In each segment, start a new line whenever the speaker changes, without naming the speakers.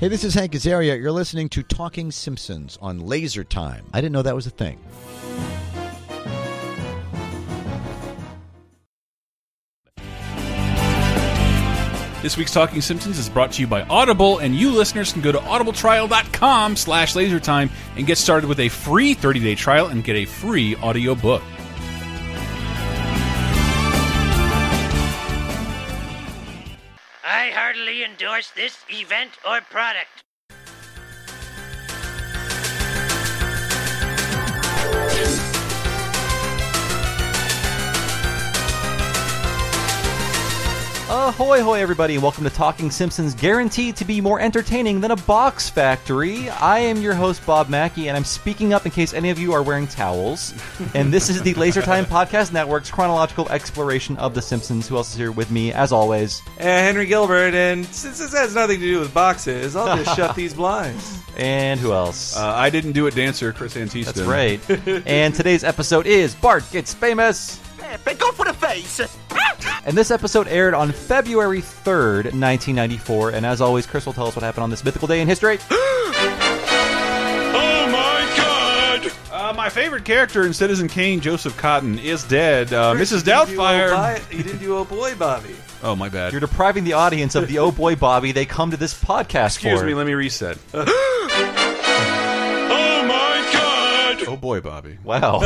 Hey, this is Hank Azaria. You're listening to Talking Simpsons on Laser Time. I didn't know that was a thing.
This week's Talking Simpsons is brought to you by Audible, and you listeners can go to audibletrial.com slash lasertime and get started with a free 30-day trial and get a free audiobook.
I heartily endorse this event or product.
Ahoy, hoy, everybody, and welcome to Talking Simpsons, guaranteed to be more entertaining than a box factory. I am your host, Bob Mackey, and I'm speaking up in case any of you are wearing towels. and this is the Laser Time Podcast Network's chronological exploration of The Simpsons. Who else is here with me, as always?
Uh, Henry Gilbert, and since this has nothing to do with boxes, I'll just shut these blinds.
And who else?
Uh, I didn't do it, dancer Chris Antista.
That's right. and today's episode is Bart Gets Famous.
Eh, Go for the face!
And this episode aired on February 3rd, 1994. And as always, Chris will tell us what happened on this mythical day in history.
Oh, Uh, my favorite character in Citizen Kane, Joseph Cotton, is dead. Uh, Mrs. Doubtfire.
You didn't do old boy, Bobby.
Oh, my bad.
You're depriving the audience of the oh boy Bobby they come to this podcast
Excuse
for.
me, let me reset. oh, my God. Oh, boy, Bobby.
wow.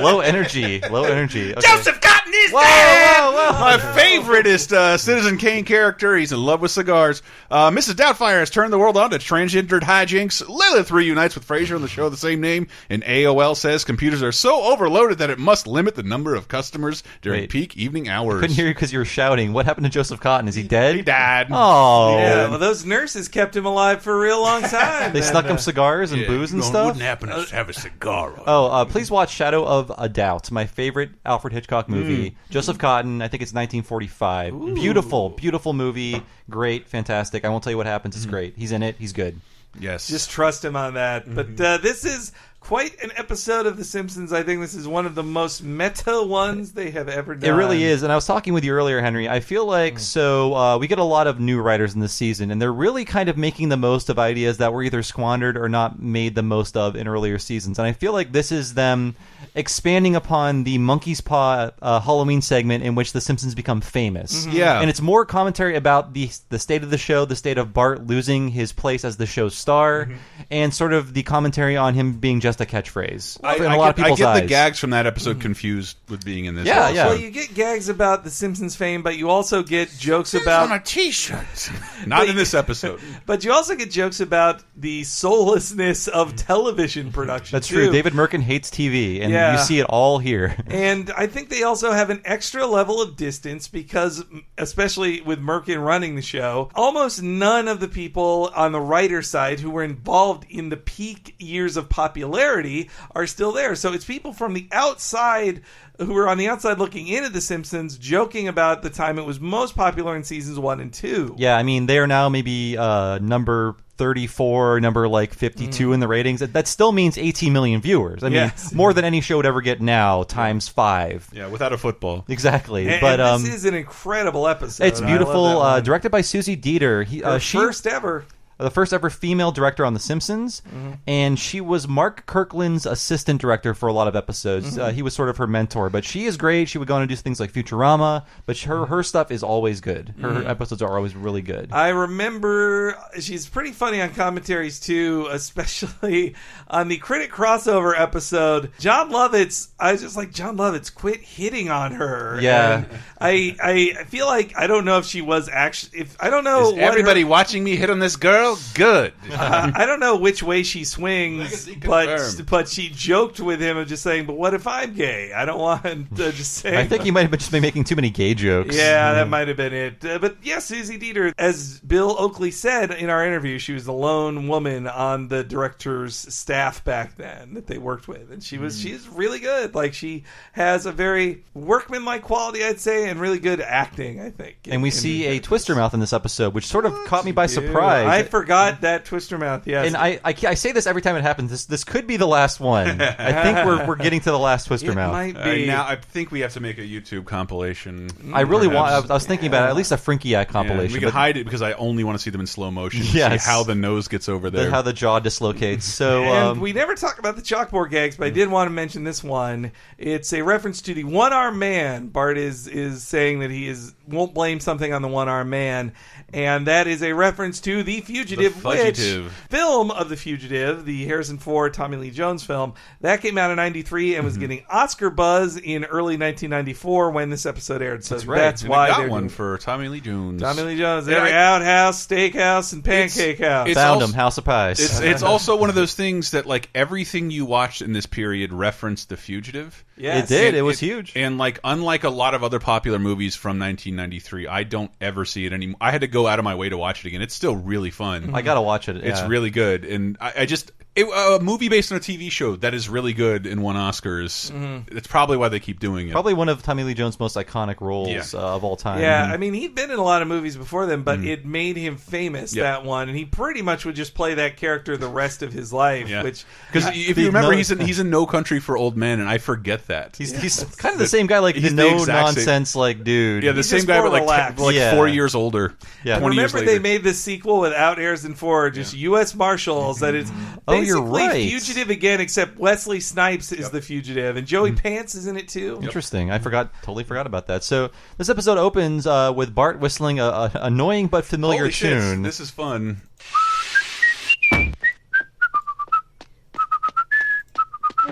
low energy. Low energy. Okay.
Cotton is
Whoa, whow, whoa.
My favorite is uh, Citizen Kane character. He's in love with cigars. Uh, Mrs. Doubtfire has turned the world on to transgendered hijinks. Lilith reunites with Frasier on the show of the same name. And AOL says computers are so overloaded that it must limit the number of customers during
Wait.
peak evening hours.
Couldn't hear you because you were shouting. What happened to Joseph Cotton? Is he dead?
He died.
Oh.
Yeah, well, those nurses kept him alive for a real long time.
They
and,
snuck
uh,
him cigars and
Yeah,
booze and
well, it
stuff.
Wouldn't happen to have a cigar. on.
Oh, uh, please watch Shadow of a Doubt, my favorite Alfred
Hmm.
Hitchcock movie. Joseph Cotton, I think it's 1945. Beautiful, beautiful movie. Great, fantastic. I won't tell you what happens.
Hmm.
It's great. He's in it. He's good.
yes.
Just trust him on that.
Mm-hmm.
But uh, this is quite an episode of The Simpsons. I think this is one of the most meta ones they have ever done.
It really is. And I was talking with you earlier, Henry. I feel like
Mm.
so uh, we get a lot of new writers in this season, and they're really kind of making the most of ideas that were either squandered or not made the most of in earlier seasons. And I feel like this is them expanding upon the Monkey's Paw uh, Halloween segment in which the Simpsons become famous.
Mm-hmm. Yeah.
and it's more commentary about the the state of the show, the state of Bart losing his place as the show's star,
Mm-hmm.
and sort of the commentary on him being just a catchphrase
I,
in a
I
lot
get,
of people's
I get
eyes.
the gags from that episode confused with being in this.
Yeah,
episode.
yeah.
Well, you get gags about The Simpsons fame, but you also get jokes about
T-shirt. Not in this episode.
But you also get jokes about the soullessness of television production.
That's true.
too.
David Merkin hates TV, and
Yeah.
you see it all here.
And I think they also have an extra level of distance because, especially with Merkin running the show, almost none of the people on the writer side who were involved in the peak years of popularity are still there. So it's people from the outside who are on the outside looking in at The Simpsons, joking about the time it was most popular in seasons one and two.
yeah, I mean, they are now maybe uh, number 34, number like 52 in the ratings. That- That still means 18 million viewers. I mean,
Mm. Yes.
more than any show would ever get now, times five.
Yeah, without a football.
Exactly.
And,
but
and
um,
this is an incredible episode.
it's
I love that
beautiful.
one.
Uh, directed by Susie Dieter. He,
Her
uh, she,
first ever.
the first ever female director on The Simpsons,
Mm-hmm.
and she was Mark Kirkland's assistant director for a lot of episodes.
Mm-hmm.
Uh, he was sort of her mentor, but she is great. She would go on and do things like Futurama, but her her stuff is always good. Her, her episodes are always really good.
Mm. I remember she's pretty funny on commentaries too, especially on the critic crossover episode. John Lovitz, I was just like John Lovitz, quit hitting on her.
Yeah.
And I I feel like I don't know if she was actually if I don't know
Is
what her-
everybody watching me hit on this girl? Well, good.
Uh, I don't know which way she swings,
Legacy
but
confirmed.
but she joked with him of just saying, "But what if I'm gay? I don't want to just say."
I think you might have been just been making too many gay jokes.
Yeah, that might have been it. Uh, but yeah, Susie Dieter, as Bill Oakley said in our interview, she was the lone woman on the director's staff back then that they worked with, and she was
Hmm.
she's really good. Like she has a very workmanlike quality, I'd say, and really good acting. I think.
And we
in- in
see
these
a
movies.
twister mouth in this episode, which sort of caught me by
Ew,
surprise.
I forgot that twister mouth. Yes,
and I, I, I say this every time it happens. This this could be the last one. I think we're, we're getting to the last twister
it
mouth.
might
Uh,
be.
now I think we have to make a YouTube compilation.
I really want. I
perhaps.
was, I was thinking about it, at least a Frinky Eye
Yeah,
compilation.
we can
but
hide it because I only want to see them in slow motion. to
Yes.
See how the nose gets over
the-
there.
how the jaw dislocates. So
And
um,
we never talk about the chalkboard gags, but I did want to mention this one. It's a reference to the one armed man. Bart is is saying that he is won't blame something on the one armed man, and that is a reference to the fugitive,
The
which
Fugitive.
film of the fugitive, the Harrison Ford Tommy Lee Jones film that came out in '93 and was
Mm-hmm.
getting Oscar buzz in early 1994 when this episode aired. So that's,
right. and it
why
got
they're
one
doing-
for Tommy Lee Jones.
Tommy Lee Jones,
And
every
I-
outhouse, steakhouse, and pancake house.
it's
found
also-
him. House of Pies.
It's it's also one of those things that like everything you watched in this period referenced The Fugitive.
it
Yes.
did.
And
It was huge.
And like unlike a lot of other popular movies from 1993, I don't ever see it anymore. I had to go out of my way to watch it again. It's still really fun.
I gotta watch it.
It's
yeah.
really good, and I, I just it, a movie based on a TV show that is really good and won Oscars. It's probably why they keep doing it.
probably one of Tommy Lee Jones' most iconic roles
Yeah.
uh, of all time.
Yeah, I mean, he'd been in a lot of movies before then, but it made him famous
Yep.
that one, and he pretty much would just play that character the rest of his life.
yeah.
Which,
because
I-
if
the
you remember,
no-
he's in he's in No Country for Old Men, and I forget that
He's, he's kind of the same guy, like the
He's the
no
exact same-
nonsense, like dude.
yeah the
He's
same
just
guy,
more
but like
relaxed.
ten- like
Yeah.
four years older.
Yeah.
20 years
remember they
later.
made this sequel without Harrison Ford, just U.S. Marshals. That it's
Oh, you're
basically
right.
Fugitive again, except Wesley Snipes is the fugitive, and Joey Pants is in it too.
Interesting. I forgot. Totally forgot about that. So this episode opens uh, with Bart whistling a, a annoying but familiar
Holy shit,
tune.
This is fun.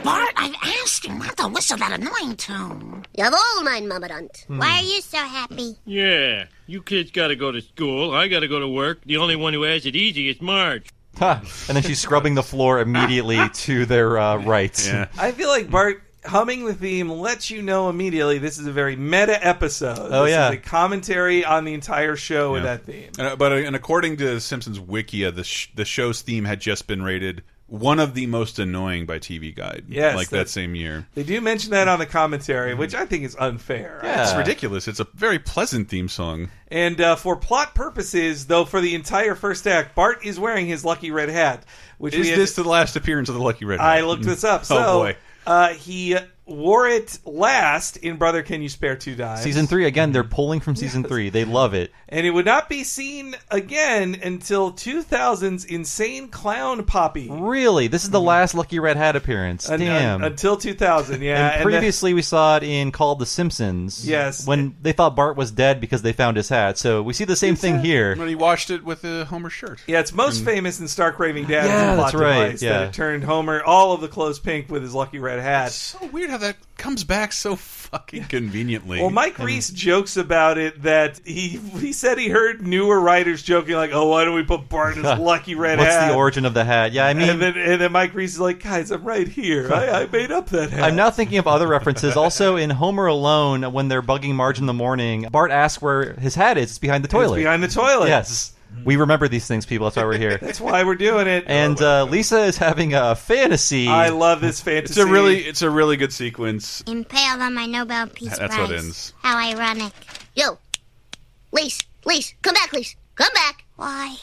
Bart, I've asked you not to whistle that annoying tune.
You have all mine, Mama Runt.
Why are you so happy?
Yeah, you kids gotta go to school. I gotta go to work. The only one who has it easy is Marge.
Ha! And then she's scrubbing the floor immediately to their uh, right.
Yeah.
I feel like Bart humming the theme lets you know immediately this is a very meta episode.
Oh,
This
yeah.
is a commentary on the entire show with
Yeah.
that theme.
And, uh, but uh, and according to Simpsons Wikia, the sh the show's theme had just been rated one of the most annoying by TV Guide.
Yes,
like
that-
that same year.
They do mention that on the commentary, which I think is unfair.
Yeah.
It's ridiculous. It's a very pleasant theme song.
And uh, for plot purposes, though, for the entire first act, Bart is wearing his lucky red hat, which
Is
we had-
this the last appearance of the Lucky Red?
I
Hat?
looked this up.
Oh,
So,
boy.
Uh, he wore it last in Brother Can You Spare Two Dimes,
Season three again. They're pulling from season three. They love it.
and it would not be seen again until 2000's Insane Clown Poppy.
Really, this is the last Lucky Red Hat appearance.
Un- un-
Damn.
until 2000, yeah.
and
and the-
previously, we saw it in Called the Simpsons.
Yes.
When they thought Bart was dead because they found his hat. So we see the same thing here.
But he washed it with
uh,
a Homer shirt.
Yeah, it's most famous in Stark Raving Dad.
Yeah,
plot
that's right,
Device
yeah.
That it turned Homer all of the clothes pink with his lucky red hat.
So weird how that comes back so fucking conveniently.
Well, Mike Reese jokes about it that he he said he heard newer writers joking like, "Oh, why don't we put Bart in his lucky red
What's
hat?"
the origin of the hat? Yeah, I mean,
and then and then Mike Reese is like, "Guys, I'm right here. I, I made up that hat."
I'm now thinking of other references. Also, in Homer Alone, when they're bugging Marge in the morning, Bart asks where his hat is. It's behind the
It's
toilet.
behind the toilet.
yes, we remember these things, people. That's why we're here.
that's why we're doing it.
And uh, Lisa is having a fantasy.
I love this
it's
fantasy.
a really it's a really good sequence.
Impaled on my Nobel Peace
That's
Prize.
what ends.
How ironic.
Yo, Lise, Lise, come back, Lise, come back.
Why?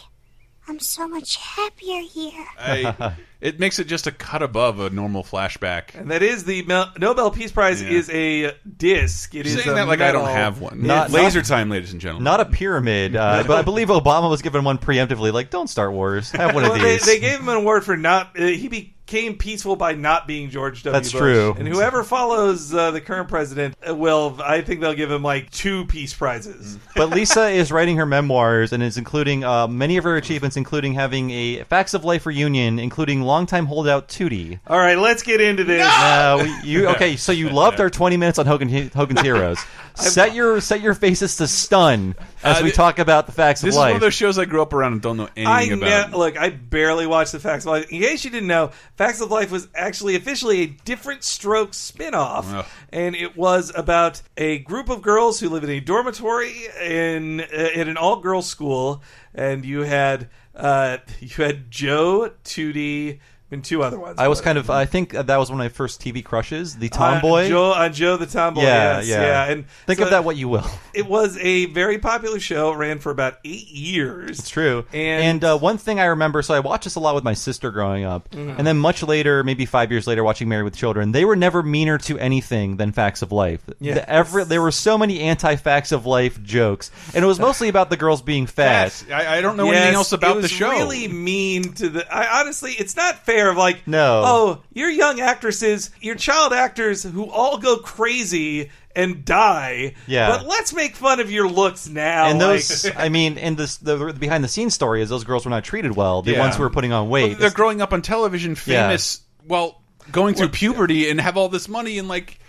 I'm so much happier here.
I, it makes it just a cut above a normal flashback.
And that is the Mel- Nobel Peace Prize
Yeah.
is a disc. It is
Saying
a
that like I don't
medal.
have one.
Not-
laser time, ladies and gentlemen.
Not a pyramid, uh, but I believe Obama was given one preemptively. Like, don't start wars. Have one
Well,
of
they,
these.
they gave him an award for not. Uh, he be, came peaceful by not being George W.
That's
Bush.
true.
And whoever follows uh, the current president uh, will, I think they'll give him like two peace prizes.
but Lisa is writing her memoirs and is including uh, many of her achievements, including having a Facts of Life reunion, including longtime holdout Tootie.
All right, let's get into this.
Uh, we- you okay? So you loved our twenty minutes on Hogan, Hogan's Heroes. set your set your faces to stun as
Uh,
we
thi-
talk about the facts
This
of
is
life.
one of those shows I grew up around and don't know
I
anything about.
ne- look. I barely watched the Facts of Life. In case you didn't know, Facts of Life was actually officially a different stroke spinoff,
Ugh.
and it was about a group of girls who live in a dormitory in uh, in an all girls school, and you had uh, you had Joe, Tootie, and two other ones.
I was kind of I think that was one of my first TV crushes, the tomboy.
Uh, Joe, uh, Joe the tomboy.
yeah,
yes,
yeah,
And
think
so
of that what you will.
It was a very popular show. It ran for about eight years.
It's true.
And-
uh, one thing I remember, so I watched this a lot with my sister growing up,
Mm-hmm.
and then much later, maybe five years later, watching Married with Children, they were never meaner to anything than Facts of Life.
Yes.
The- every- there were so many anti-Facts of Life jokes, and it was mostly about the girls being fat.
Yes, I, I don't know
Yes,
anything else about
it was
the show.
Really mean to the. I honestly, it's not fair. Of like,
No.
oh, you're young actresses, you're child actors who all go crazy and die.
Yeah.
but let's make fun of your looks now.
And
like-
those, I mean, and this, the, the behind the scenes story is those girls were not treated well. The
Yeah.
ones who were putting on weight.
They're growing up on television,
Yeah.
famous, well, going through puberty and have all this money and like.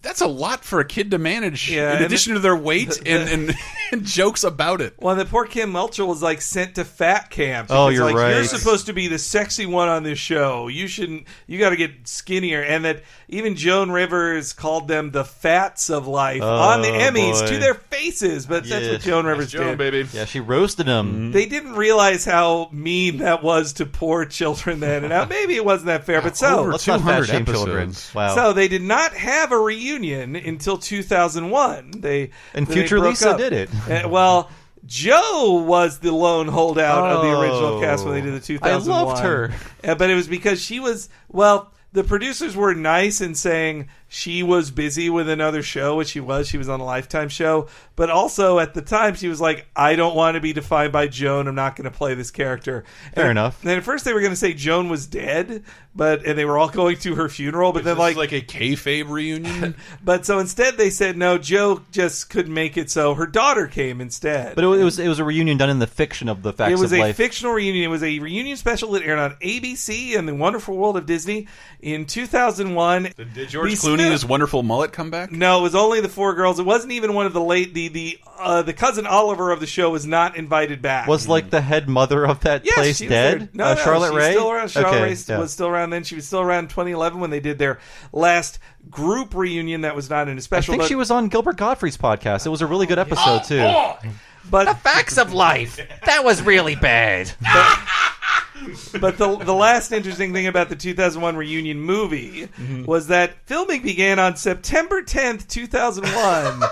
That's a lot for a kid to manage.
Yeah,
in
and
addition
the-
to their weight and, and, and jokes about it.
Well, the poor Kim Melcher was like sent to fat camp.
Oh,
because,
you're
like, You're
right.
supposed to be the sexy one on this show. You shouldn't. You got to get skinnier. And that even Joan Rivers called them the fats of life on the Emmys
Oh, boy.
to their faces. But that's
Yeah.
what Joan Rivers
Joan,
did.
baby.
yeah, she roasted them.
They didn't realize how mean that was to poor children then, and now maybe it wasn't that fair. But so
Let's not fat
200
shame children.
episodes.
Wow.
so they did not have a reunion until 2001. They
And
they
future
broke
Lisa
up.
did it.
Uh, well, Joe was the lone holdout of the original
Oh.
cast when they did the
I
2001.
loved her.
Uh, but it was because she was well. The producers were nice in saying she was busy with another show, which she was. She was on a Lifetime show, but also at the time she was like, "I don't want to be defined by Joan. I'm not going to play this character."
Fair
And-
enough.
And at first they were going to say Joan was dead, but and they were all going to her funeral. But
This
then like,
is like a kayfabe reunion.
but so instead they said no. Joe just couldn't make it, so her daughter came instead.
But it was, it was it was a reunion done in the fiction of the facts
It was
of
a
life.
fictional reunion. It was a reunion special that aired on ABC and the Wonderful World of Disney in 2001.
Did George
We
Clooney
still-
and his wonderful mullet come back?
No, it was only the four girls. It wasn't even one of the late the the uh, the cousin Oliver of the show was not invited back.
was like the head mother of that
Mm. Yes,
place
she was
dead?
there. No,
Uh,
no,
Charlotte
she's
Ray.
Still around. Charlotte
Okay,
Ray
yeah.
was still around then. She was still around 2011 when they did their last group reunion. That was not in a
I
special. Oh,
think
but,
she was on Gilbert Godfrey's podcast. It was a really good episode too.
but
Facts of life. That was really bad.
but the, the last interesting thing about the 2001 reunion movie
Mm-hmm.
was that filming began on September 10th, 2001.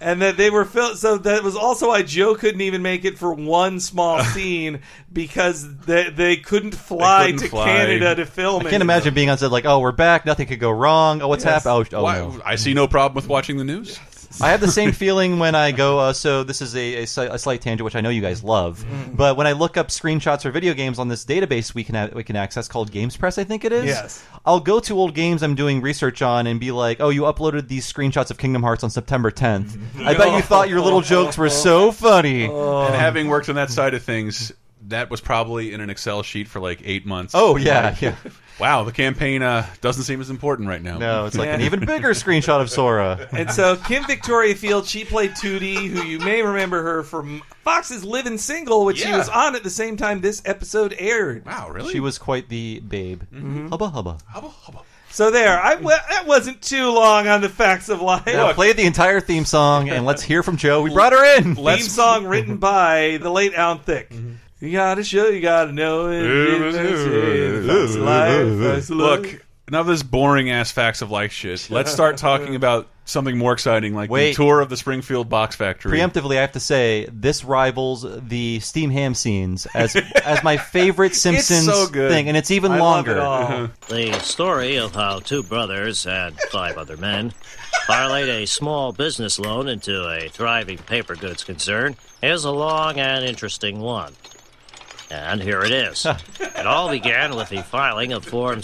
And that they were fil- so that was also why Joe couldn't even make it for one small scene because they, they couldn't fly
couldn't
to
fly.
Canada to film it.
I can't imagine being on set like, oh, we're back. Nothing could go wrong. Oh, what's
Yes.
happened? Oh, oh
Why-
no.
I see no problem with watching the news.
I have the same feeling when I go. Uh, so this is a, a, sli- a slight tangent, which I know you guys love.
Mm-hmm.
But when I look up screenshots or video games on this database we can a- we can access called Games Press, I think it is.
Yes.
I'll go to old games I'm doing research on and be like, "Oh, you uploaded these screenshots of Kingdom Hearts on September 10th. I bet you thought your little jokes were so funny."
Oh.
and having worked on that side of things, that was probably in an Excel sheet for like eight months.
Oh yeah, yeah.
Wow, the campaign uh, doesn't seem as important right now.
No, it's like an
Yeah.
even bigger screenshot of Sora.
And so Kim Victoria Field, she played Tootie, who you may remember her from Fox's Living Single, which she
Yeah.
was on at the same time this episode aired.
Wow, really?
She was quite the babe.
Mm-hmm.
Hubba hubba.
Hubba, hubba.
So there, I well, that wasn't too long on the facts of life.
Now play the entire theme song and let's hear from Joe. We brought her in.
theme song written by the late Alan Thicke. You gotta show, you gotta know it. Facts of life, facts of life.
Look, enough of this boring ass facts of life shit. Let's start talking about something more exciting, like
Wait.
the tour of the Springfield Box Factory.
Preemptively, I have to say this rivals the steam ham scenes as as my favorite Simpsons
so good.
thing, and it's even
I love
longer.
it all.
The story of how two brothers and five other men parlayed a small business loan into a thriving paper goods concern is a long and interesting one. And here it is. it all began with the filing of Form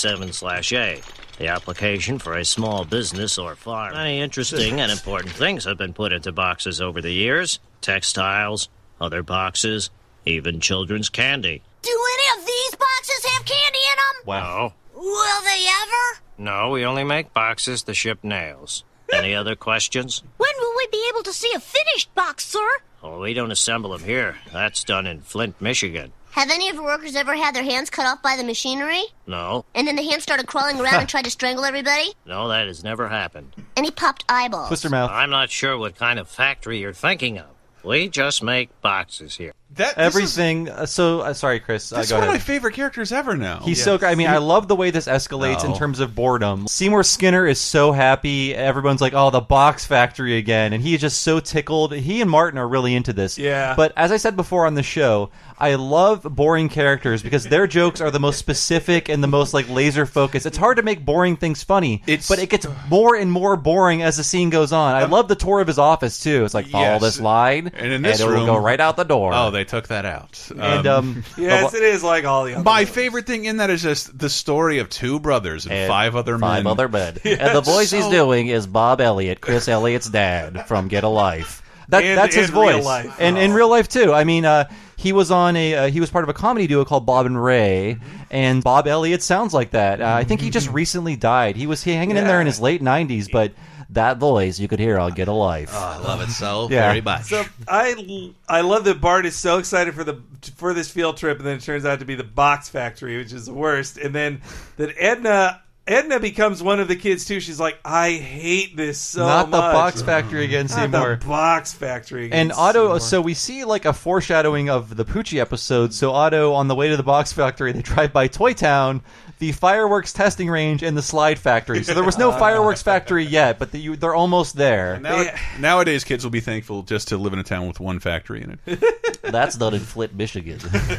637-A, the application for a small business or farm. Many interesting and important things have been put into boxes over the years. Textiles, other boxes, even children's candy.
Do any of these boxes have candy in them?
Wow.
Will they ever?
No, we only make boxes to ship nails. Any other questions?
When will we be able to see a finished box, sir?
Oh, we don't assemble them here. That's done in Flint, Michigan.
Have any of your workers ever had their hands cut off by the machinery?
No,
And then the hand started crawling around and tried to strangle everybody?
no, that has never happened.
And he popped eyeballs.
Twister mouth.
I'm not sure what kind of factory you're thinking of. We just make boxes here.
That this is-
Everything. uh, so uh, sorry, Chris. Uh,
This is
go
one
ahead.
of my favorite characters ever now.
He's so. I mean, I love the way this escalates in
No.
terms of boredom. Seymour Skinner is so happy. Everyone's like, "Oh, the box factory again," and he's just so tickled. He and Martin are really into this.
Yeah.
But as I said before on the show, I love boring characters because their jokes are the most specific and the most like laser focused. It's hard to make boring things funny,
It's-
but it gets more and more boring as the scene goes on. I love the tour of his office too. It's like follow
Yes.
this line,
And in this
it'll
room-
go right out the door.
oh, they took that out.
and um,
Yes, it is like all the other.
my
ones.
favorite thing in that is just the story of two brothers and,
And
five other
five
men.
other men. and the voice he's
so-
doing is Bob Elliott, Chris Elliott's dad from Get a Life. That,
And-
that's his
and real
voice,
life. Oh.
and in real life too. I mean, uh, he was on a uh, he was part of a comedy duo called Bob and Ray, and Bob Elliott sounds like that. Uh, I think he just recently died. He was hanging in there in his late nineties, but that voice you could hear on Get a Life.
Uh,
I love it so
Yeah.
very much.
So I I love that Bart is so excited for the for this field trip, and then it turns out to be the box factory, which is the worst. And then that Edna Edna becomes one of the kids too. She's like, I hate this so
Not the
much.
box factory again,
Not
Seymour.
the box factory.
And
It's
Otto, uh,
Seymour.
so we see like a foreshadowing of the Poochie episode. So Otto, on the way to the box factory, they drive by Toy Town, the fireworks testing range, and the slide factory. So there was
Ah.
no fireworks factory yet, but the, you, they're almost there.
Now-
Yeah.
Nowadays, kids will be thankful just to live in a town with one factory in it.
That's not in Flint, Michigan.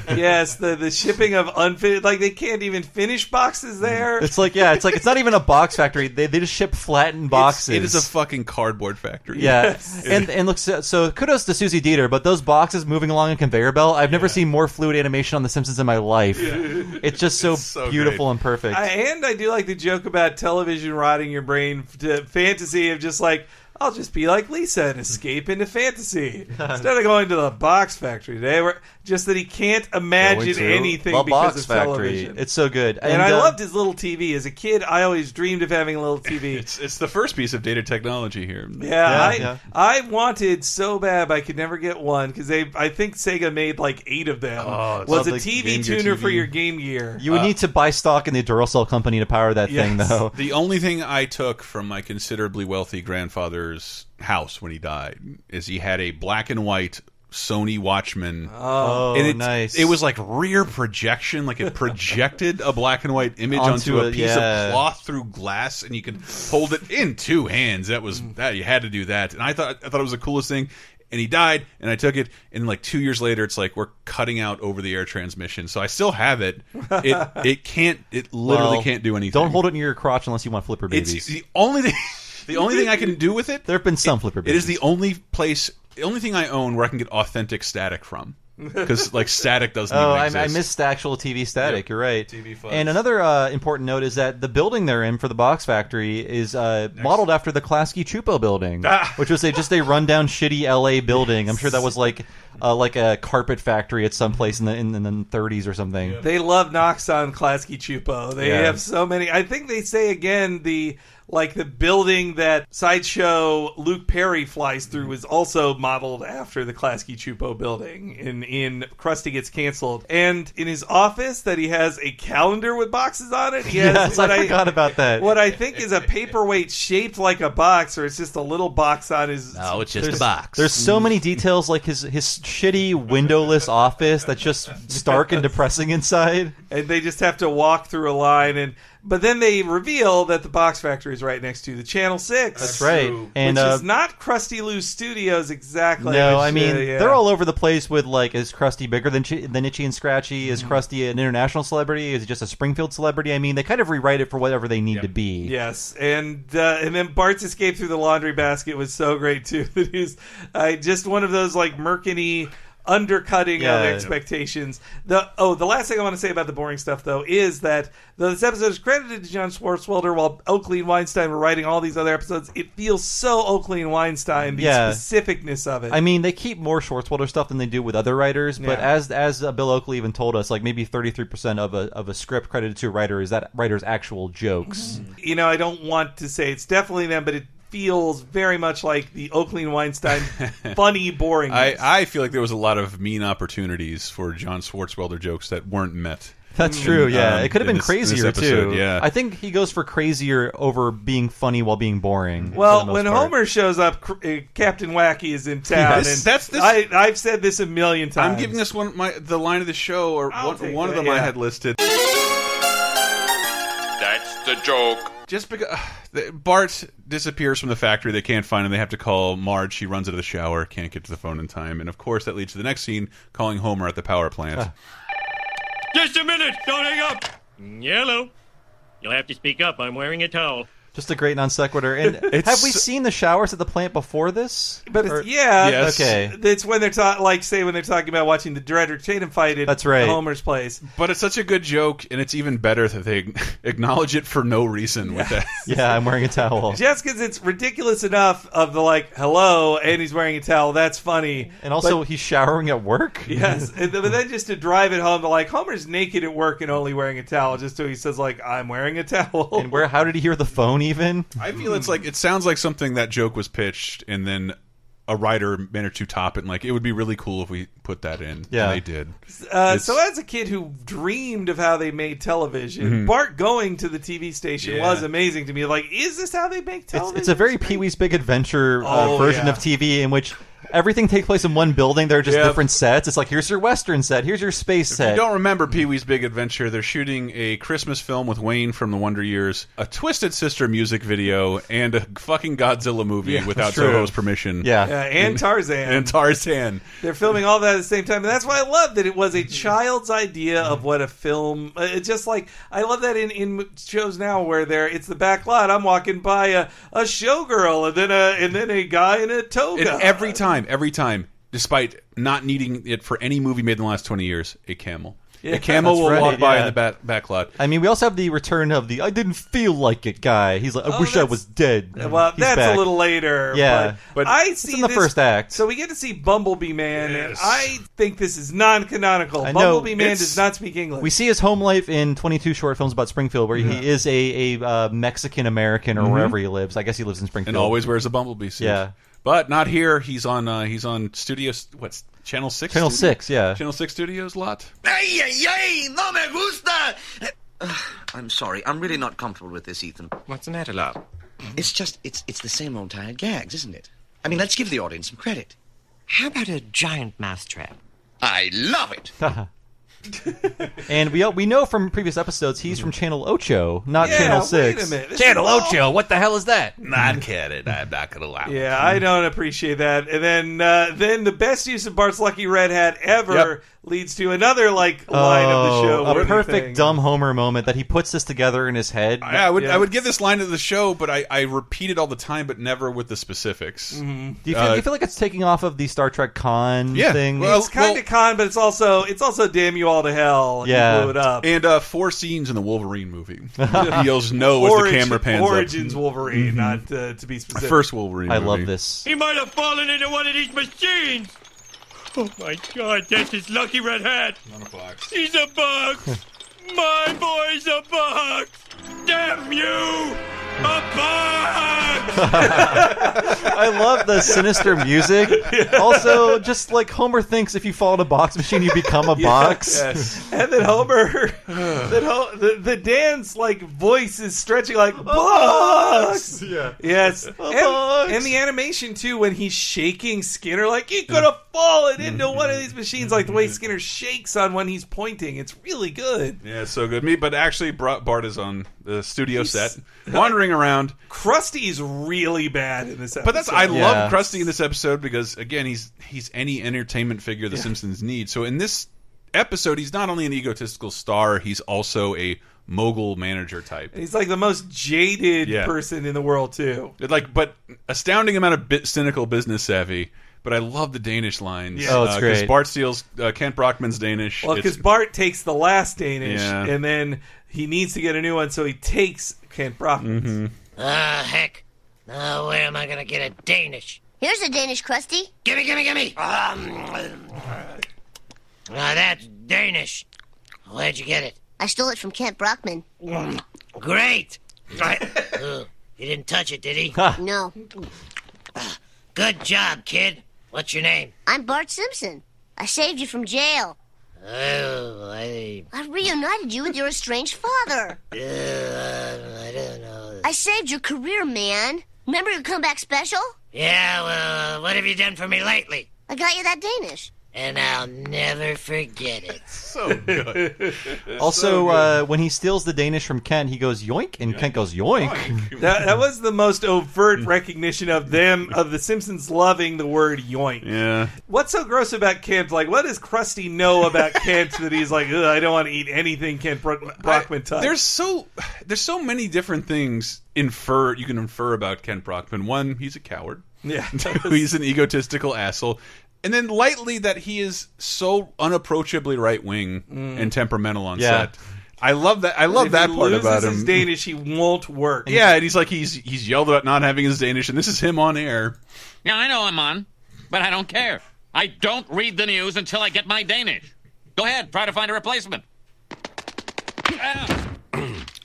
yes, the the shipping of unfinished, like they can't even finish boxes there.
it's like yeah, it's like it's not even a box factory. They, they just ship flattened boxes.
It is a fucking cardboard factory.
yeah, and and look, so, so kudos to Susie Dieter, but those boxes moving along a conveyor belt, I've never seen more fluid animation on The Simpsons in my life. It's just so,
so
beautiful
great.
and perfect.
I, and I do like the joke about television rotting your brain f- to fantasy of just like I'll just be like Lisa and escape into fantasy instead of going to the box factory today. Where just that he can't imagine anything
The
because
Box
of
Factory.
television.
It's so good,
and I
uh,
loved his little TV as a kid. I always dreamed of having a little TV.
It's, it's the first piece of data technology here.
Yeah,
Yeah,
I
yeah.
I wanted so bad but I could never get one because they I think Sega made like eight of them.
Oh, it's
was a
not the
TV
Game Gear
tuner
TV.
for your Game Gear.
You would need to buy stock in the Duracell company to power that
Yes.
thing, though.
The only thing I took from my considerably wealthy grandfather's house when he died is he had a black and white Sony Watchman.
Oh,
and it,
nice.
It was like rear projection, like it projected a black and white image
Onto
onto,
a-
a piece
yeah.
of cloth through glass, and you could hold it in two hands. That was that you had to do that, and I thought I thought it was the coolest thing. And he died, and I took it, and like two years later, it's like we're cutting out over the air transmission. So I still have it. It it can't. It literally
Well,
can't do anything.
Don't hold it near your crotch unless you want flipper babies.
It's the only thing. The only thing I can do with it.
there have been some flipper
It
babies.
is the only place, the only thing I own where I can get authentic static from, because like static doesn't.
Oh,
even
I,
exist.
I missed actual TV static. You're right.
TV fuzz.
and another uh, important note is that the building they're in for the box factory is uh, modeled after the Klasky Chupo building,
Ah.
which was a, just a rundown, shitty LA building. I'm sure that was like uh, like a carpet factory at some place in the in, the- in the 30s or something.
They love Noxon Klasky Chupo. They
Yeah.
have so many. I think they say again the like the building that sideshow Luke Perry flies
Mm-hmm.
through is also modeled after the Klasky Chupo building. In in Krusty gets canceled, and in his office that he has a calendar with boxes on it. He has
Yes,
what
I forgot about that.
What I think is a paperweight shaped like a box, or it's just a little box on his.
Oh, it's just a box.
There's so many details, like his his shitty windowless office that's just stark and depressing inside.
and they just have to walk through a line and but then they reveal that the box factory is right next to the channel 6
That's right. And
which
uh,
is not Krusty Lou Studios exactly
no,
which,
I mean
uh, yeah.
they're all over the place with like is Krusty bigger than Chi- than Itchy and Scratchy?
Mm-hmm.
Is Krusty an international celebrity? Is he just a Springfield celebrity? I mean, they kind of rewrite it for whatever they need to be.
Yes, and uh, and then Bart's escape through the laundry basket was so great too. That he's uh, just one of those like merkiny undercutting
Yeah.
of expectations. The oh, the last thing I want to say about the boring stuff though is that though this episode is credited to John Swartzwelder while Oakley and Weinstein were writing all these other episodes, it feels so Oakley and Weinstein the
Yeah.
specificness of it.
I mean, they keep more Schwartzwelder stuff than they do with other writers. But
Yeah.
as as uh, Bill Oakley even told us, like maybe thirty three percent of a of a script credited to a writer is that writer's actual jokes.
you know, I don't want to say it's definitely them, but it feels very much like the Oakley and Weinstein funny boring.
I, I feel like there was a lot of mean opportunities for John Swartzwelder jokes that weren't met.
That's true. Yeah,
um,
it could have
in
been
this- in this
crazier
episode,
too.
yeah.
I think he goes for crazier over being funny while being boring. for
Well,
the most
when
part.
Homer shows up, cr- uh, Captain Wacky is in town,
Yes,
and
that's- this-
I, I've said this a million times.
I'm giving this one my the line of the show or
I'll
one,
take
one of
that,
them I
yeah.
had listed.
That's the joke.
Just because Bart disappears from the factory, they can't find him. They have to call Marge. She runs into the shower, can't get to the phone in time, and of course that leads to the next scene, calling Homer at the power plant.
Just a minute! Don't hang up! Hello? You'll have to speak up. I'm wearing a towel.
just a great non sequitur. And have we seen the showers at the plant before this?
but it's,
Or-
yeah,
Yes.
okay.
it's when they're ta- like say when they're talking about watching the Dreader Tatum fight at
That's right.
Homer's place.
But it's such a good joke, and it's even better that they acknowledge it for no reason with that.
Yeah, I'm wearing a towel.
Just because it's ridiculous enough of the like hello, and he's wearing a towel. That's funny.
And also, he's showering at work.
Yes, and th- but then just to drive it home, like Homer's naked at work and only wearing a towel, just so he says like I'm wearing a towel.
And where? How did he hear the phone? Even
I feel it's like it sounds like something that joke was pitched, and then a writer managed to top it. And like, it would be really cool if we put that in.
Yeah.
and they did.
Uh,
It's-
so as a kid who dreamed of how they made television, Bart going to the TV station
Yeah.
was amazing to me. Like, is this how they make
it's,
television?
it's a very Pee Wee's Big Adventure uh,
Oh,
version
yeah.
of TV in which everything takes place in one building. There are just
Yep.
different sets. It's like here's your Western set, here's your space
If
set.
you don't remember Pee Wee's Big Adventure, they're shooting a Christmas film with Wayne from the Wonder Years, a Twisted Sister music video, and a fucking Godzilla movie without
true.
Toho's permission.
yeah.
yeah, Uh, and Tarzan.
And Tarzan.
They're filming all that at the same time, and that's why I love that it was a child's idea of what a film. uh, It's just like I love that in, in shows now where there it's the back lot. I'm walking by a, a showgirl, and then a and then a guy in a
And
toga.
every time, every time, despite not needing it for any movie made in the last 20 years, a camel. a camel
that's
will
right,
walk by
yeah.
in the back, back lot.
I mean, we also have the return of the "I didn't feel like it" guy. He's like, "I
Oh,
wish I
that's-
was dead."
Well,
He's
that's
back.
a little later.
Yeah,
but,
but
I
it's
see
in the
this-
first act.
So we get to see Bumblebee Man, and I think this is non-canonical.
I know,
Bumblebee Man
it's-
does not speak English.
We see his home life in 22 short films about Springfield, where he is a, a uh, Mexican American or
Mm-hmm.
wherever he lives. I guess he lives in Springfield.
And always wears a bumblebee suit.
Yeah.
But not here. He's on uh, he's on studio what's Channel 6?
Channel
Studio-
6, yeah.
Channel 6 Studios lot.
Ay, ay, ay, no me gusta! I'm sorry, I'm really not comfortable with this, Ethan.
What's the matter, love?
It's just, it's, it's the same old tired gags, isn't it? I mean, let's give the audience some credit.
How about a giant mousetrap?
I love it!
And we we know from previous episodes he's from Channel Ocho, not
yeah,
Channel 6.
Wait a minute. This
Channel
is all-
Ocho, what the hell is that?
Not kidding. I'm not going to lie.
Yeah, I don't appreciate that. And then, uh, then the best use of Bart's lucky red hat ever
Yep.
leads to another like line of the show.
Oh, a
worthy
perfect
thing.
dumb Homer moment that he puts this together in his head.
I, I would
Yeah.
I would give this line to the show, but I, I repeat it all the time, but never with the specifics.
do, you feel, do you feel like it's taking off of the Star Trek con
uh, Yeah,
thing?
well-
It's kind of con, but it's also it's also damn you all to hell. and you
Yeah.
blew it up.
And uh, four scenes in the Wolverine movie. he yells no as Oh, the
Origin-
camera pans
Origins Wolverine,
Mm-hmm.
not uh, to be
up.
specific.
First Wolverine.
I
movie.
love this.
He might have fallen into one of these machines! Oh my god, that's his lucky red hat! He's a box! My boy's a box! Damn you! A box!
I love the sinister music. Also, just like Homer thinks if you fall in a box machine, you become a box.
Yes.
And then Homer, that Ho- the, the Dan's like voice is stretching like bucks.
Yeah.
Yes, and,
box.
and the animation too when he's shaking Skinner like he could have fallen into one of these machines. Like the way Skinner shakes on when he's pointing, it's really good.
Yeah, it's so good. Me, but actually, brought Bart is on the studio set, wandering around.
Krusty's really bad in this episode.
But that's I
Yeah.
love Krusty in this episode because again, he's he's any entertainment figure the Simpsons need. So in this episode, he's not only an egotistical star, he's also a mogul manager type.
He's like the most jaded
Yeah.
person in the world too.
It, like but astounding amount of bit cynical business savvy but I love the Danish lines.
Yeah. Oh, it's
Uh, 'cause
great.
Bart steals uh, Kent Brockman's Danish.
Well,
It's-
because Bart takes the last Danish,
Yeah.
and then he needs to get a new one, so he takes Kent Brockman's.
Mm-hmm.
Ah, heck. Now where am I gonna get a Danish?
Here's a Danish crusty.
Gimme, gimme, gimme! Um, ah, that's Danish. Where'd you get it?
I stole it from Kent Brockman.
Great! I- Ugh, he didn't touch it, did he?
No,
Good job, kid. What's your name?
I'm Bart Simpson. I saved you from jail.
Oh, I,
I reunited you with your estranged father.
uh, I don't know.
I saved your career, man. Remember your comeback special?
Yeah, well, uh, what have you done for me lately?
I got you that Danish.
And I'll never forget it.
Also, uh, when he steals the Danish from Kent, he goes yoink, and Kent goes yoink.
That, that was the most overt
Mm.
recognition of them of the Simpsons loving the word yoink.
yeah.
What's so gross about Kent? Like, what does Krusty know about Kent that he's like, Ugh, I don't want to eat anything Kent Bro- Brockman touched?
There's so there's so many different things infer you can infer about Kent Brockman. One, he's a coward.
yeah,
Two, he's an egotistical asshole. And then lightly that he is so unapproachably right wing and temperamental on
Yeah.
set. I love that. I love
Mm. If
that
he
part
loses
about
His
him.
Danish, he won't work.
yeah, and he's like he's he's yelled about not having his Danish, and this is him on air.
Yeah, I know I'm on, but I don't care. I don't read the news until I get my Danish. Go ahead, try to find a replacement. Ah.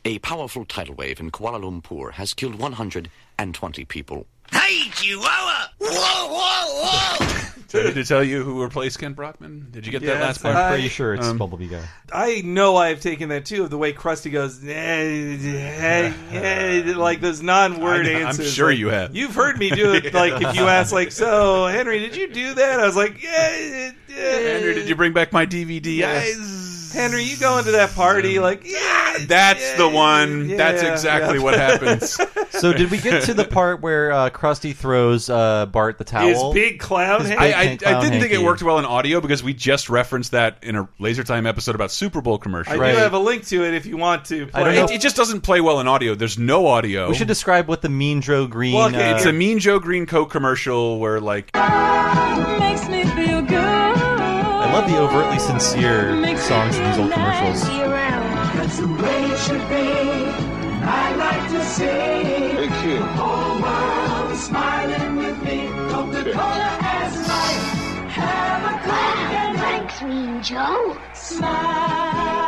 A powerful tidal wave in Kuala Lumpur has killed 120 people.
Hey, Chihuahua! Whoa, whoa, whoa!
Do I need to tell you who replaced Kent Brockman? Did you get that
Yeah,
last
that's
part?
I'm pretty sure
Um,
it's Bumblebee guy.
I know I have taken that too of the way Krusty goes, eh, eh, eh, like those non-word
I know, I'm
answers.
sure
Like,
you have.
You've heard me do it. Like if you ask, like, so Henry, did you do that? I was like, yeah,
Andrew, did you bring back my DVD? I-
Henry, you going to that party? Like, yeah,
Um, That's
yeah,
the one.
yeah,
That's
yeah.
exactly what happens.
So did we get to the part where uh, Krusty throws uh, Bart the towel?
His big clown.
His
hat.
big-
I, I, I
Hank Clown
didn't think it
Hanky.
worked well in audio because we just referenced that in a Laser Time episode about Super Bowl
I
commercials.
Right.
do have a link to it if you want to. Play. E
don't
It,
know.
it just doesn't play well in audio. There's no audio.
we should describe what the mean Joe Green.
Well, okay,
uh,
it's a Mean Joe Green Coke commercial where like
Makes me feel good. I
I love the overtly sincere songs in these old commercials.
That's the way it should be. I like to sing. Thank you. Whole world smiling with me. Coca-Cola as life. Have a coke and drink.
Thanks, Mean Joe.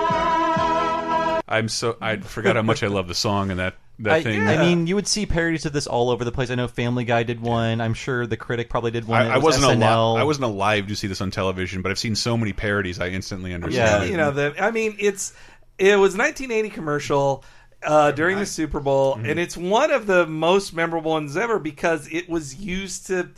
Smile.
I'm so I forgot how much I love the song and that that
I,
thing.
I mean, you would see parodies of this all over the place. I know Family Guy did one. I'm sure the critic probably did one.
I,
It
I wasn't
SNL.
alive. I wasn't alive to see this on television, but I've seen so many parodies. I instantly understand.
Yeah.
it.
you know the i mean it's it was 1980 commercial uh, during the super bowl
Mm-hmm.
and it's one of the most memorable ones ever because it was used to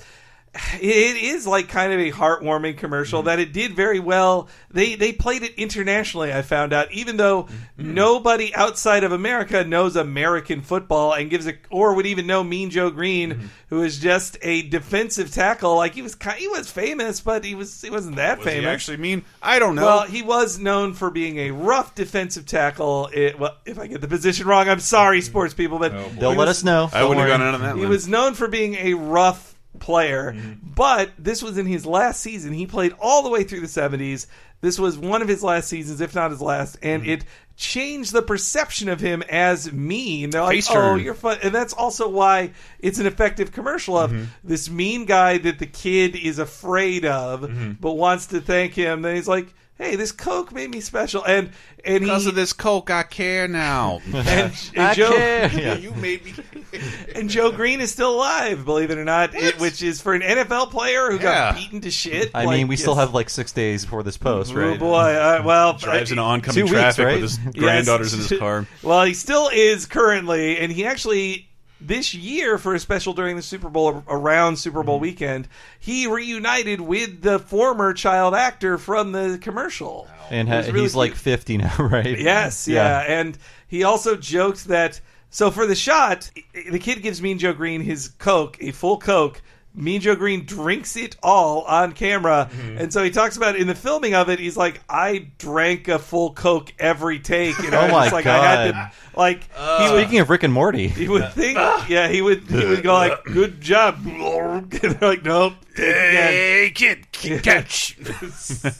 it is like kind of a heartwarming commercial
Mm-hmm.
that it did very well they they played it internationally i found out even though
Mm-hmm.
nobody outside of america knows american football and gives a or would even know mean joe green
Mm-hmm.
who is just a defensive tackle like he was ki- he was famous but he was he wasn't that
Was he
famous
actually mean? I don't know.
well, he was known for being a rough defensive tackle. It, well, if I get the position wrong, I'm sorry, sports people,
Oh,
but
They'll let us know.
I wouldn't
Don't
have gone
worry.
in on that
he
one.
was known for being a rough player.
Mm-hmm.
But this was in his last season. He played all the way through the 70s. This was one of his last seasons, if not his last, and
Mm-hmm.
it changed the perception of him as mean. They're like,
Face
"Oh,
turn.
you're fun," and that's also why it's an effective commercial of
Mm-hmm.
this mean guy that the kid is afraid of,
Mm-hmm.
but wants to thank him. Then he's like. Hey, this Coke made me special, and and he
because of this Coke, I care now.
and, and
I
Joe
care. Yeah.
you made me.
and Joe Green is still alive, believe it or not, it, which is for an NFL player who
Yeah.
got beaten to shit.
I
like,
mean, we still
it's-
have like six days before this post,
Oh
right?
boy! Uh, well,
drives
uh,
into oncoming
Two weeks,
traffic
right?
with his
yes.
granddaughters in his car.
Well, he still is currently, and he actually this year for a special during the Super Bowl around Super
Mm-hmm.
Bowl weekend, he reunited with the former child actor from the commercial.
And
It
ha-
was really
he's like
cute.
50 now, right?
Yes, yeah. And he also joked that so for the shot, the kid gives Mean Joe Green his Coke, a full Coke. Mean Joe Green drinks it all on camera.
Mm-hmm.
And so he talks about in the filming of it, he's like, I drank a full Coke every take. You know,
Oh my
it's like I had
God. Uh, ah.
to, like, he would
Speaking of Rick and Morty,
he would think, yeah, he would he would go like, "Good job." And they're like, "Nope." Hey, kid, catch. uh,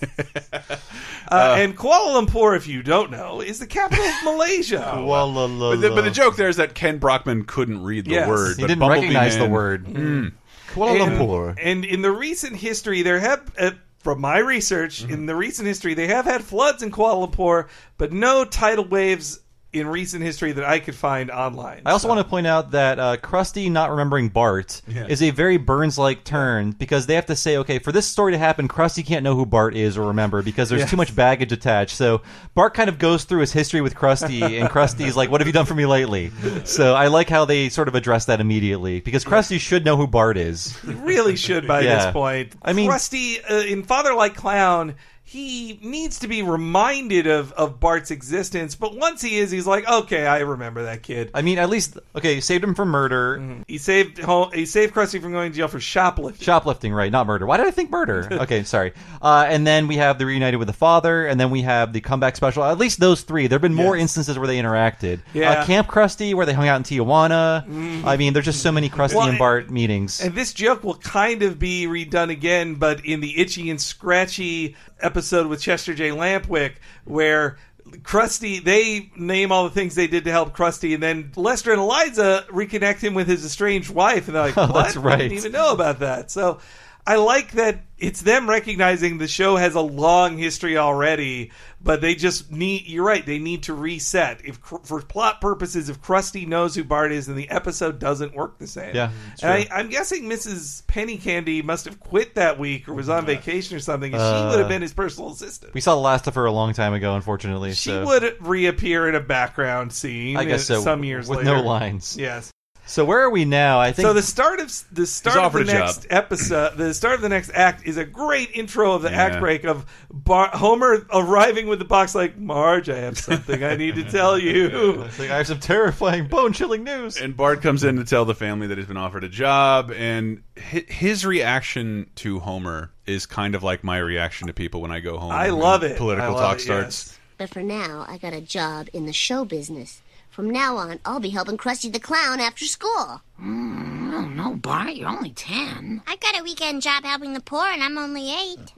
Uh.
and Kuala Lumpur, if you don't know, is the capital of Malaysia.
But the, but the joke there is that Ken Brockman couldn't read the
Yes.
word.
He
but
didn't
Bumblebee
recognize
Man-
the word. Hmm.
Mm.
Kuala
And-
Lumpur.
And, in the recent history, there have, uh, from my research,
Mm-hmm.
in the recent history, they have had floods in Kuala Lumpur, but no tidal waves in recent history that I could find online.
I also want to point out that uh, Krusty not remembering Bart
Yeah.
is a very Burns-like turn because they have to say, okay, for this story to happen, Krusty can't know who Bart is or remember because there's
Yeah.
too much baggage attached. So Bart kind of goes through his history with Krusty, and Krusty's like, "What have you done for me lately?" So I like how they sort of address that immediately because Krusty should know who Bart is.
He really should by
Yeah.
this point.
I mean-
Krusty uh, in Father Like Clown, he needs to be reminded of of Bart's existence. But once he is, he's like, okay, I remember that kid.
I mean, at least okay, saved him from murder.
He saved home, he saved Krusty from going to jail for shoplifting.
Shoplifting, right? Not murder. Why did I think murder? Okay, sorry. Uh, and then we have the reunited with the father, and then we have the comeback special. At least those three. There have been more instances where they interacted.
Yeah.
Uh, Camp Krusty, where they hung out in Tijuana.
Mm.
I mean, there's just so many Krusty
Well,
and Bart meetings.
And this joke will kind of be redone again, but in the itchy and scratchy episode with Chester J. Lampwick, where Krusty, they name all the things they did to help Krusty, and then Lester and Eliza reconnect him with his estranged wife, and they're like,
Oh,
"What?
that's
I
right.
didn't even know about that." So. I like that it's them recognizing the show has a long history already, but they just need. You're right; they need to reset. If cr- for plot purposes, if Krusty knows who Bart is, then the episode doesn't work the same.
Yeah, it's
and I,
true.
I'm guessing Mrs. Penny Candy must have quit that week or was on vacation or something. And she
Uh,
would have been his personal assistant.
we saw the last of her a long time ago, unfortunately.
She
so.
would reappear in a background scene.
I guess
uh,
so,
Some years
with
later,
no lines.
Yes.
So where are we now? I think
So the start of the start of the
offered a job.
next episode, the start of the next act is a great intro of the
Yeah.
act break of Bar- Homer arriving with the box like Marge, I have something I need to tell you.
I have some terrifying, bone-chilling news.
And Bart comes in to tell the family that he's been offered a job, and hi- his reaction to Homer is kind of like my reaction to people when I go home.
I
Mm-hmm.
and
love it.
Political
I love
talk
it,
starts.
But for now, I got a job in the show business. From now on, I'll be helping Krusty the Clown after school.
Oh, no, Bart, you're only 10.
I got a weekend job helping the poor, and I'm only eight.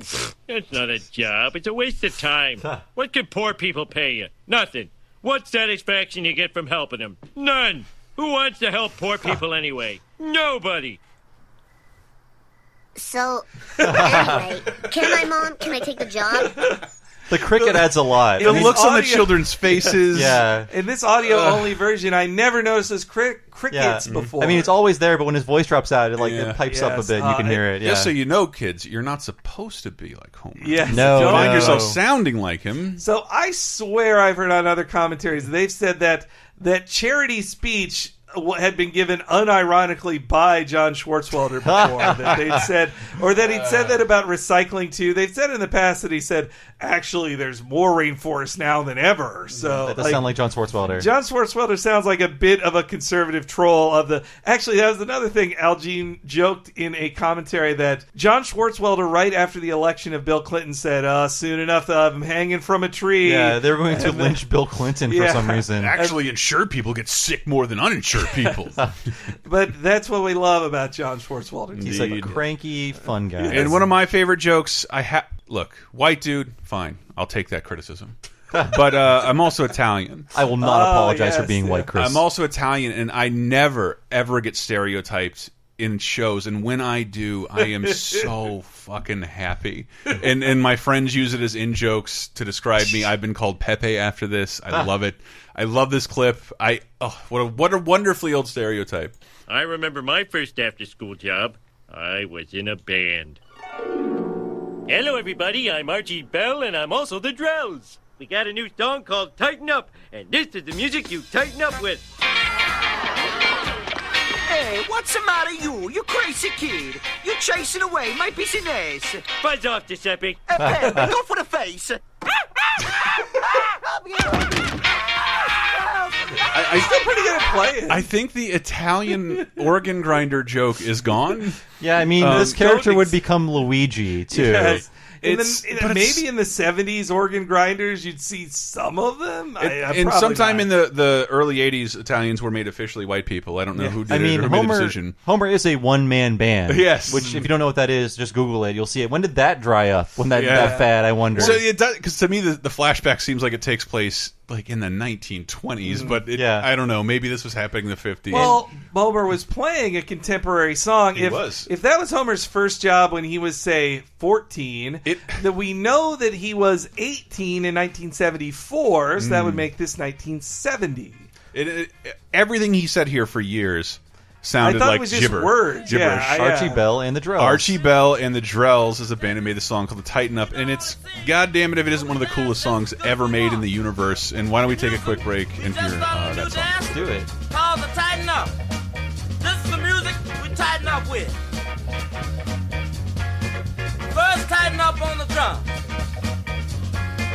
That's not a job. It's a waste of time. What can poor people pay you? Nothing. What satisfaction you get from helping them? None. Who wants to help poor people anyway? Nobody.
So, anyway, can I, Mom? Can I take the job?
the cricket adds a lot.
The
I mean-
looks on the children's faces.
Yeah.
In this audio
Ugh.
only version, I never noticed those cri- crickets before.
Mm-hmm. I mean, it's always there, but when his voice drops out, it like it pipes up a
Yes,
bit. and you
uh,
can hear it. Yeah.
Just so you know, kids, you're not supposed to be like Homer.
Yes,
No,
You find
no.
yourself sounding like him.
So I swear I've heard on other commentaries they've said that that charity speech w- had been given unironically by John Schwartzwelder before that they'd said or that he'd said that about recycling too they've said in the past that he said actually there's more rainforest now than ever so
Mm, that does sound like John Swartzwelder.
John Swartzwelder sounds like a bit of a conservative troll of the. Actually, that was another thing. Al Jean joked in a commentary that John Swartzwelder, right after the election of Bill Clinton, said, uh, "Soon enough, they'll have him hanging from a tree."
yeah, they're going to
And
lynch Bill Clinton for
Yeah.
some reason.
Actually, insured people get sick more than uninsured people.
then- But that's what we love about John Swartzwelder.
He's like a cranky, fun guy.
And one of my favorite jokes, I have look, white dude, fine, I'll take that criticism. but uh, I'm also Italian.
I will not Oh, apologize for yes, being yeah. white, Chris.
I'm also Italian, and I never ever get stereotyped in shows. And when I do, I am so fucking happy. And and my friends use it as in jokes to describe me. I've been called Pepe after this.
Ah.
I love it. I love this clip. I oh, what a what a wonderfully old stereotype.
I remember my first after school job. I was in a band. Hello, everybody. I'm Archie Bell, and I'm also the Drells. We got a new song called Tighten Up, and this is the music you tighten up with.
Hey, what's the matter, you? You crazy kid! You're chasing away my business!
Buzz off, Giuseppe.
Uh, Ben, go for the face!
I,
He's still pretty good at playing.
I think the Italian organ grinder joke is gone.
Yeah, I mean,
Um,
this character would become Luigi too.
Yes. In the-
It's-
in-
but it's-
maybe in the seventies, organ grinders, you'd see some of them. I, I
and
probably
sometime
not.
in the, the early 80s, Italians were made officially white people. I don't know who did
I mean,
it or who made the
Homer.
decision.
Homer is a one-man band.
Yes.
Which, if you don't know what that is, just Google it. You'll see it. When did that dry up? When that,
Yeah.
that fad? I wonder.
So it does because to me the, the flashback seems like it takes place like in the 1920s,
Mm.
but it,
Yeah.
I don't know. Maybe this was happening in the 50s.
Well, Bulmer was playing a contemporary song.
He
if,
was.
If that was Homer's first job when he was, say, 14, that we know that he was 18 in 1974, so that would
Mm.
make this 1970.
It- it- everything he said here for years sounded
I thought it
like
was just
gibberish.
words. Yeah,
gibberish.
I- Archie yeah. Bell and the Drells.
Archie Bell and the Drells is a band that made a song called the Tighten Up, and it's goddamn it if it isn't one of the coolest songs ever made in the universe. And why don't we take a quick break and hear uh, that song?
Let's
do it.
Called the Tighten Up. This is the music we tighten up with. First, tighten up on the drum.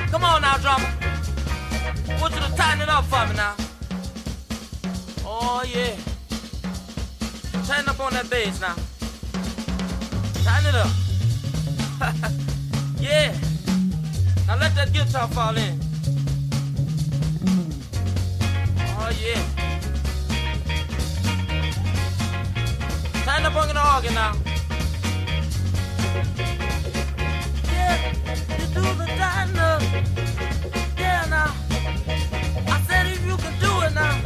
Come on now, drummer. I want you to tighten it up for me now. Oh, yeah. Tighten up on that bass now. Tighten it up. yeah. Now let that guitar fall in. Oh, yeah. Tighten up on the organ now. Yeah, you do the tighten up. Yeah, now. I said if you can do it now,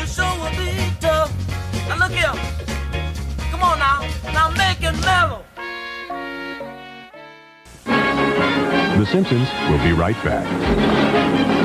you sure will be tough. Now look here. Come on now. Now make it mellow.
The Simpsons will be right back.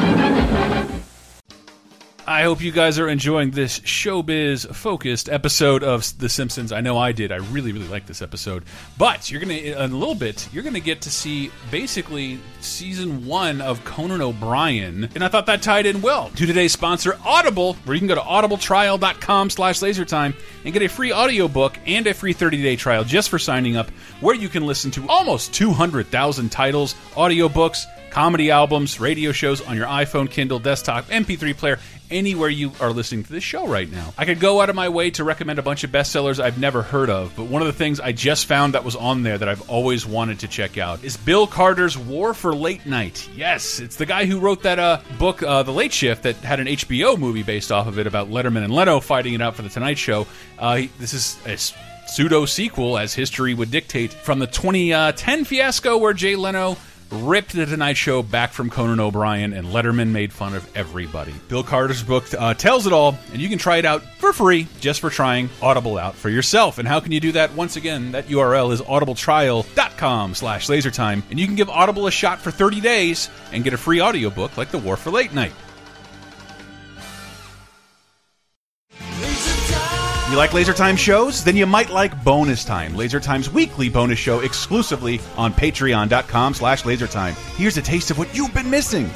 I hope you guys are enjoying this showbiz focused episode of The Simpsons. I know I did. I really, really like this episode. But you're going to, in a little bit, you're going to get to see basically season one of Conan O'Brien. And I thought that tied in well to today's sponsor, Audible, where you can go to audibletrial.com slash lasertime and get a free audiobook and a free 30 day trial just for signing up, where you can listen to almost 200,000 titles, audiobooks, comedy albums, radio shows on your iPhone, Kindle, desktop, MP3 player, anywhere you are listening to this show right now. I could go out of my way to recommend a bunch of bestsellers I've never heard of, but one of the things I just found that was on there that I've always wanted to check out is Bill Carter's War for Late Night. Yes, it's the guy who wrote that uh, book, uh, The Late Shift, that had an HBO movie based off of it about Letterman and Leno fighting it out for The Tonight Show. Uh, he- this is a s- pseudo sequel, as history would dictate, from the 2010 fiasco where Jay Leno ripped The Tonight Show back from Conan O'Brien, and Letterman made fun of everybody. Bill Carter's book uh, tells it all, and you can try it out for free just for trying Audible out for yourself. And how can you do that? Once again, that URL is audibletrial.com slash lasertime, and you can give Audible a shot for 30 days and get a free audiobook like The War for Late Night. You like Laser Time shows? Then you might like Bonus Time, Laser Time's weekly bonus show exclusively on patreon.com slash lasertime. Here's a taste of what you've been missing.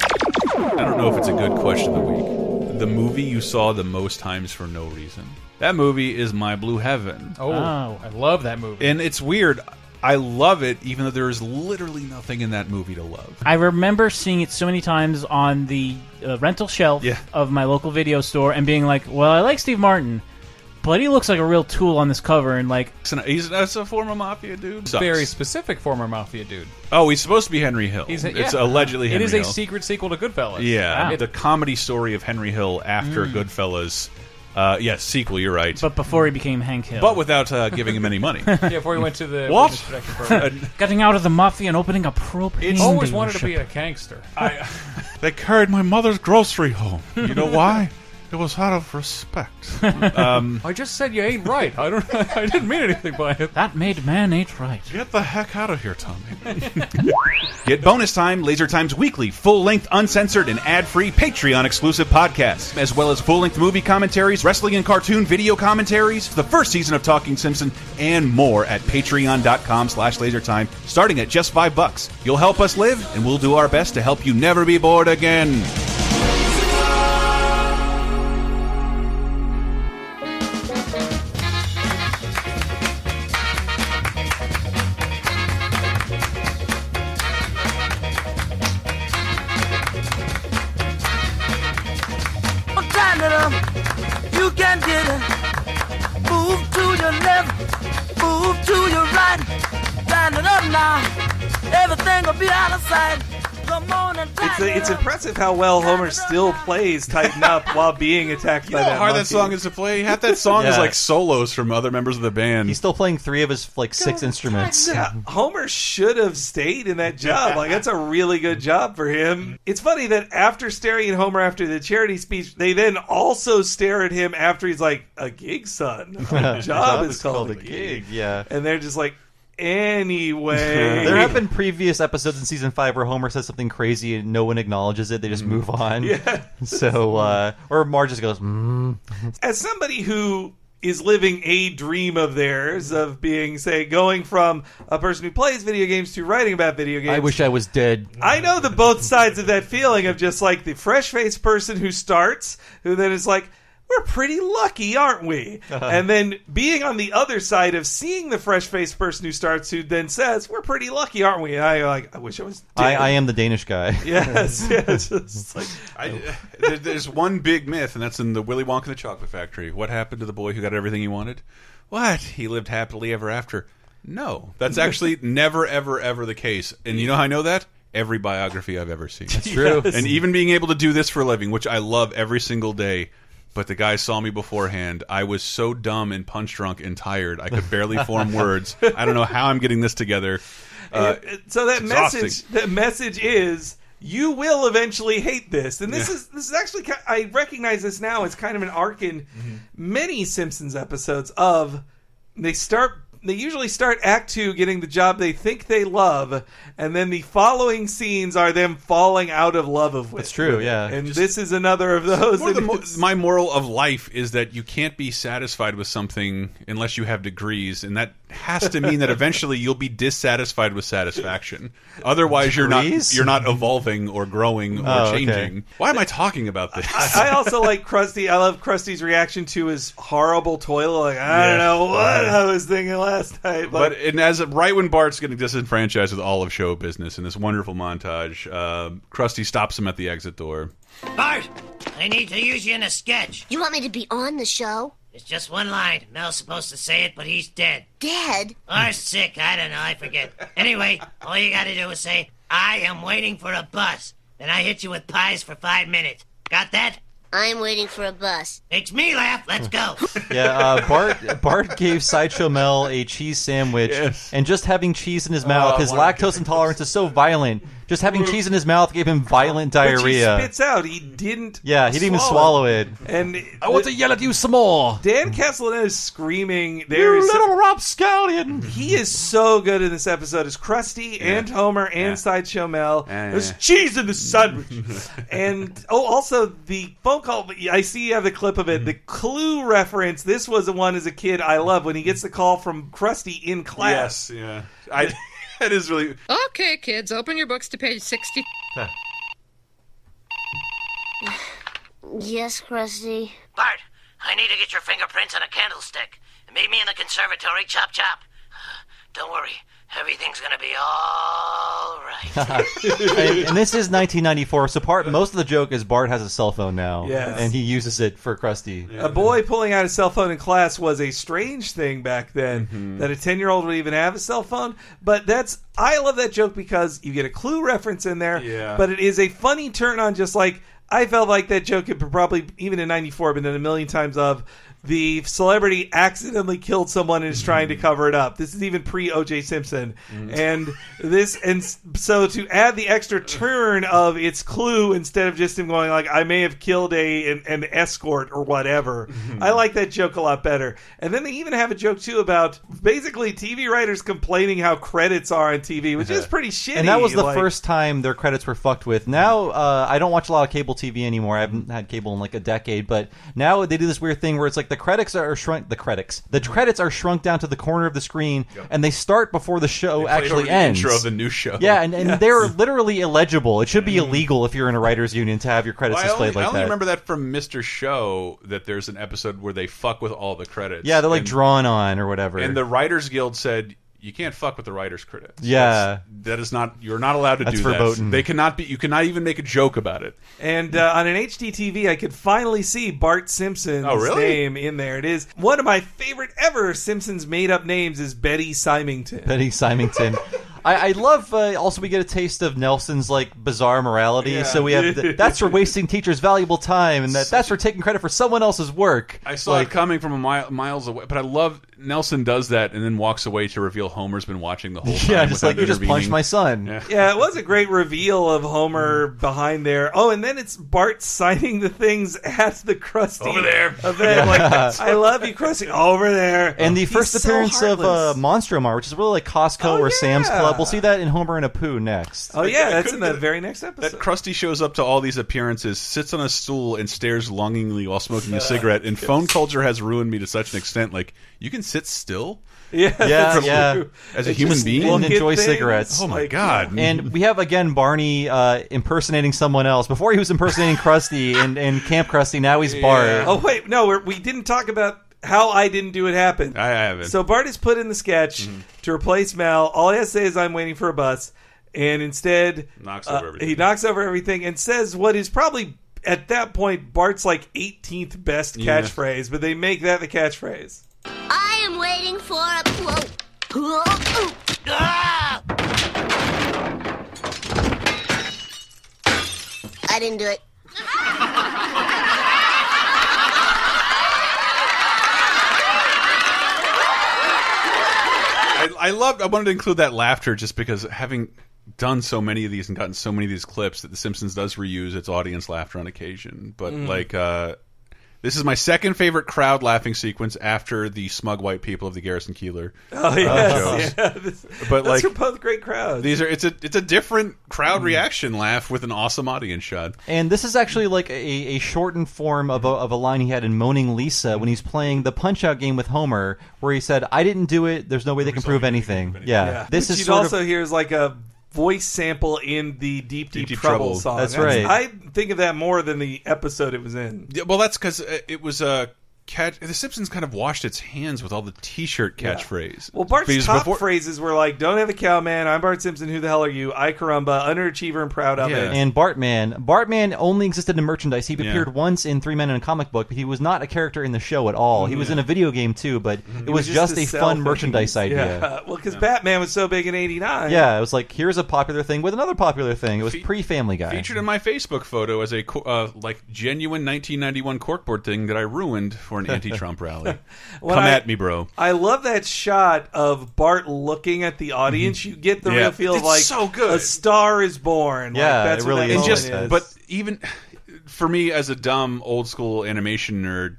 I don't know if it's a good question of the week. The movie you saw the most times for no reason. That movie is My Blue Heaven.
Oh, I love that movie.
And it's weird. I love it, even though there is literally nothing in that movie to love.
I remember seeing it so many times on the uh, rental shelf of my local video store and being like, "Well, I like Steve Martin, but he looks like a real tool on this cover." And like,
he's that's a former mafia dude.
Very
Very
specific former mafia dude.
Oh, he's supposed to be Henry Hill.
He's a-
It's
yeah.
allegedly
It
Henry
is a
Hill.
secret sequel to Goodfellas.
Yeah,
Wow.
the comedy story of Henry Hill after
Mm.
Goodfellas. Uh, yes, sequel. You're right.
But before he became Hank Hill.
But without uh, giving him any money. yeah,
before he went to the
what?
witness protection program. Getting out of the mafia and opening a propane.
It's- Always wanted
dealership.
to be
a gangster.
they carried my mother's grocery home. You know why? it was out of respect. um,
I just said you ain't right. I don't. I didn't mean anything by it. That made man ain't right.
Get the heck out of here, Tommy. Get bonus time, Laser Time's weekly, full length, uncensored, and ad free Patreon exclusive podcast, as well as full length movie commentaries, wrestling and cartoon video commentaries, the first season of Talking Simpson, and more at patreon.com slash lasertime, starting at just five bucks. You'll help us live, and we'll do our best to help you never be bored again.
Oh, now. Everything will be out of sight. Come on and
It's, it's impressive how well Homer still plays Tighten Up while being attacked by
know
that
how hard that
monkey.
song is to play? Half that song is
Yeah.
like solos from other members of the band. He's
still playing three of his like six instruments.
Yeah, uh, Homer should have stayed in that job. Like that's a really good job for him. It's funny that after staring at Homer after the charity speech, they then also stare at him after he's like, "A gig, son. A job is called, a gig."
Yeah.
and they're just like, "Anyway,
There have been previous episodes in season five where Homer says something crazy and no one acknowledges it. They just move on.
Yeah.
So, uh, or Marge just goes, mm.
as somebody who is living a dream of theirs of being, say, going from a person who plays video games to writing about video games.
I wish I was dead.
I know the both sides of that feeling of just like the fresh faced person who starts, who then is like, we're pretty lucky, aren't we?
Uh-huh.
And then being on the other side of seeing the fresh faced person who starts, who then says, we're pretty lucky, aren't we? And I like, I wish I was.
I,
dead."
I am the Danish guy.
Yes, yes. It's like,
I, there- there's one big myth, and that's in the Willy Wonka and the Chocolate Factory. What happened to the boy who got everything he wanted? What? He lived happily ever after. No, that's actually never, ever, ever the case. And you know how I know that? Every biography I've ever seen. That's
true. Yes.
And even being able to do this for a living, which I love every single day. But the guy saw me beforehand. I was so dumb and punch drunk and tired. I could barely form words. I don't know how I'm getting this together. Uh,
so that
it's exhausting.
message that message is you will eventually hate this and this
Yeah.
is this is actually ki- i recognize this now as kind of an arc in
Mm-hmm.
many simpsons episodes of they start they usually start act two getting the job they think they love and then the following scenes are them falling out of love of with
true, yeah.
and this is another of those
More the mo- my moral of life is that you can't be satisfied with something unless you have degrees, and that has to mean that eventually you'll be dissatisfied with satisfaction. Otherwise, you're not
Degrees?
you're not evolving or growing or
Oh, okay.
changing. Why am I talking about this?
I also like Krusty. I love Krusty's reaction to his horrible toilet. Like I don't
Yeah.
know what I was thinking last night,
but
but,
and as right when Bart's getting disenfranchised with all of show business in this wonderful montage, uh, Krusty stops him at the exit door.
Bart, I need to use you in a sketch.
You want me to be on the show?
It's just one line. Mel's supposed to say it, but he's dead.
Dead?
Or sick, I don't know, I forget. Anyway, all you gotta do is say, I am waiting for a bus. Then I hit you with pies for five minutes. Got that?
I'm waiting for a bus.
Makes me laugh. Let's go.
Yeah, uh, Bart Bart gave Sideshow Mel a cheese sandwich, and just having cheese in his mouth,
Oh, I
his
wanna
lactose intolerance is so violent. Just having cheese in his mouth gave him violent
which he
diarrhea.
spits out. He didn't.
yeah, he didn't even swallow it.
And
I want to yell at you some more.
Dan Castellaneta is screaming. There is
little rapscallion.
He is so good in this episode as Krusty and Homer and Sideshow Mel. There's cheese in the sandwich. and oh, also the phone call. I see you have the clip of
Mm-hmm.
it. The Clue reference. This was the one as a kid I love when he gets the call from Krusty in class.
Yes, yeah. I, that is really.
Okay, kids, open your books to page 60.
Yes, Krusty.
Bart, I need to get your fingerprints on a candlestick. Meet me in the conservatory, chop chop. Don't worry, everything's gonna be all right.
and, and this is 1994, so part most of the joke is Bart has a cell phone now,
Yes.
and he uses it for Krusty.
A boy pulling out his cell phone in class was a strange thing back then that a 10 year old would even have a cell phone. But that's, I love that joke because you get a clue reference in there,
Yeah.
but it is a funny turn on just like, I felt like that joke had probably, even in 94, been done a million times of the celebrity accidentally killed someone and is trying
Mm-hmm.
to cover it up. This is even pre OJ Simpson. And this, and s- so to add the extra turn of its clue instead of just him going, like, I may have killed a an, an escort or whatever,
Mm-hmm.
I like that joke a lot better. And then they even have a joke, too, about basically TV writers complaining how credits are on TV, which is pretty shitty.
And that was the
like-
first time their credits were fucked with. Now uh, I don't watch a lot of cable TV anymore. I haven't had cable in like a decade, but now they do this weird thing where it's like the credits are shrunk. The credits, the credits are shrunk down to the corner of the screen, and they start before the show
play
actually
over the
ends.
intro of the new show.
Yeah, and, and
Yes. Mm.
they're literally illegible. It should be illegal if you're in a writers' union to have your credits
Well, I
displayed
only,
like
I only
that.
remember that from Mr. Show that there's an episode where they fuck with all the credits.
yeah, they're like
and,
drawn on or whatever.
and the Writers Guild said you can't fuck with the writers' credits.
Yeah.
That's- that is not. You're not allowed to
That's
do
verboten.
that. They cannot be. You cannot even make a joke about it.
And uh, on an HDTV, I could finally see Bart Simpson's
Oh, really?
name in there. It is one of my favorite ever Simpsons made up names is Betty Symington.
Betty Symington. I, I love. Uh, also, we get a taste of Nelson's like bizarre morality.
Yeah.
So we have the, that's for wasting teachers' valuable time, and that, that's for taking credit for someone else's work.
I saw it coming from a mile, miles away, but I love Nelson does that and then walks away to reveal Homer's been watching the whole time.
Yeah, just
without
like you just punched
intervening.
my son.
Yeah, it was a great reveal of Homer
Mm.
behind there. Oh, and then it's Bart signing the things at the Krusty
Over there.
event.
Yeah.
Like, I love you, Krusty. Over there.
And the
He's
first
so
appearance of uh,
heartless.
Monstromar, which is really like Costco
Oh,
or Sam's
yeah.
Club. We'll see that in Homer and Apu next.
Oh yeah, that's in
couldn't
the very next episode.
That Krusty shows up to all these appearances, sits on a stool, and stares longingly while smoking a cigarette. And phone culture has ruined me to such an extent. Like you can sit still,
Yeah.
Yeah,
For-
yeah.
as a human being,
and enjoy cigarettes.
Oh my god!
And we have again Barney uh, impersonating someone else. Before he was impersonating Krusty and, and Camp Krusty. Now he's Bart.
Oh wait, no, we're, we didn't talk about how I didn't do it happen. I
haven't. Mm-hmm.
So Bart is put in the sketch to replace Mal. All he has to say is, "I'm waiting for a bus," and instead
Knocks
uh,
over everything.
He knocks over everything and says what is probably at that point Bart's like 18th best
Yeah.
catchphrase, but they make that the catchphrase.
I am waiting for a. Whoa. Whoa. Ooh. Ah! I didn't do it.
I, I loved. I wanted to include that laughter just because having done so many of these and gotten so many of these clips that The Simpsons does reuse its audience laughter on occasion. But
Mm.
like, uh, this is my second favorite crowd laughing sequence after the smug white people of the Garrison Keeler.
Oh
uh,
yes,
jokes.
yeah. This-
but
those
like.
are both great crowds.
These are it's a it's a different
Mm.
crowd reaction laugh with an awesome audience shot.
And this is actually like a, a shortened form of a, of a line he had in Moaning Lisa when he's playing the Punch Out game with Homer, where he said, "I didn't do it. There's no way they can prove anything." Yeah. this
Which
is
you'd
sort
also
of
hear is like a voice sample in the Deep Deep,
Deep
Trouble,
Trouble.
song.
That's right.
I think of that more than the episode it was in.
Yeah, well, that's because it was a catch. The Simpsons kind of washed its hands with all the T-shirt
Yeah.
catchphrase.
Well, Bart's
Because
top
before-
phrases were like, "Don't have a cow, man." I'm Bart Simpson. Who the hell are you? I Carumba, underachiever and proud of it.
And Bartman. Bartman only existed in merchandise. He
Yeah.
appeared once in Three Men and a Comic Book, but he was not a character in the show at all. He was in a video game too, but it
He
Mm-hmm. was, just,
to
a
sell
fun
things.
merchandise idea.
Yeah. Well, because Batman was so big in '89.
Yeah, it was like here's a popular thing with another popular thing. It was pre-Family Guy.
Featured in my Facebook photo as a co- uh, like genuine 1991 corkboard thing that I ruined for an anti-Trump rally.
When
Come
I-
at me, bro.
I love that shot of Bart looking at the
Mm-hmm.
audience. You get the
Yeah.
real feel of
It's
like
so good.
a star is born. like, that's what that
And
moment
just-
is.
But even for me, as a dumb old school animation nerd,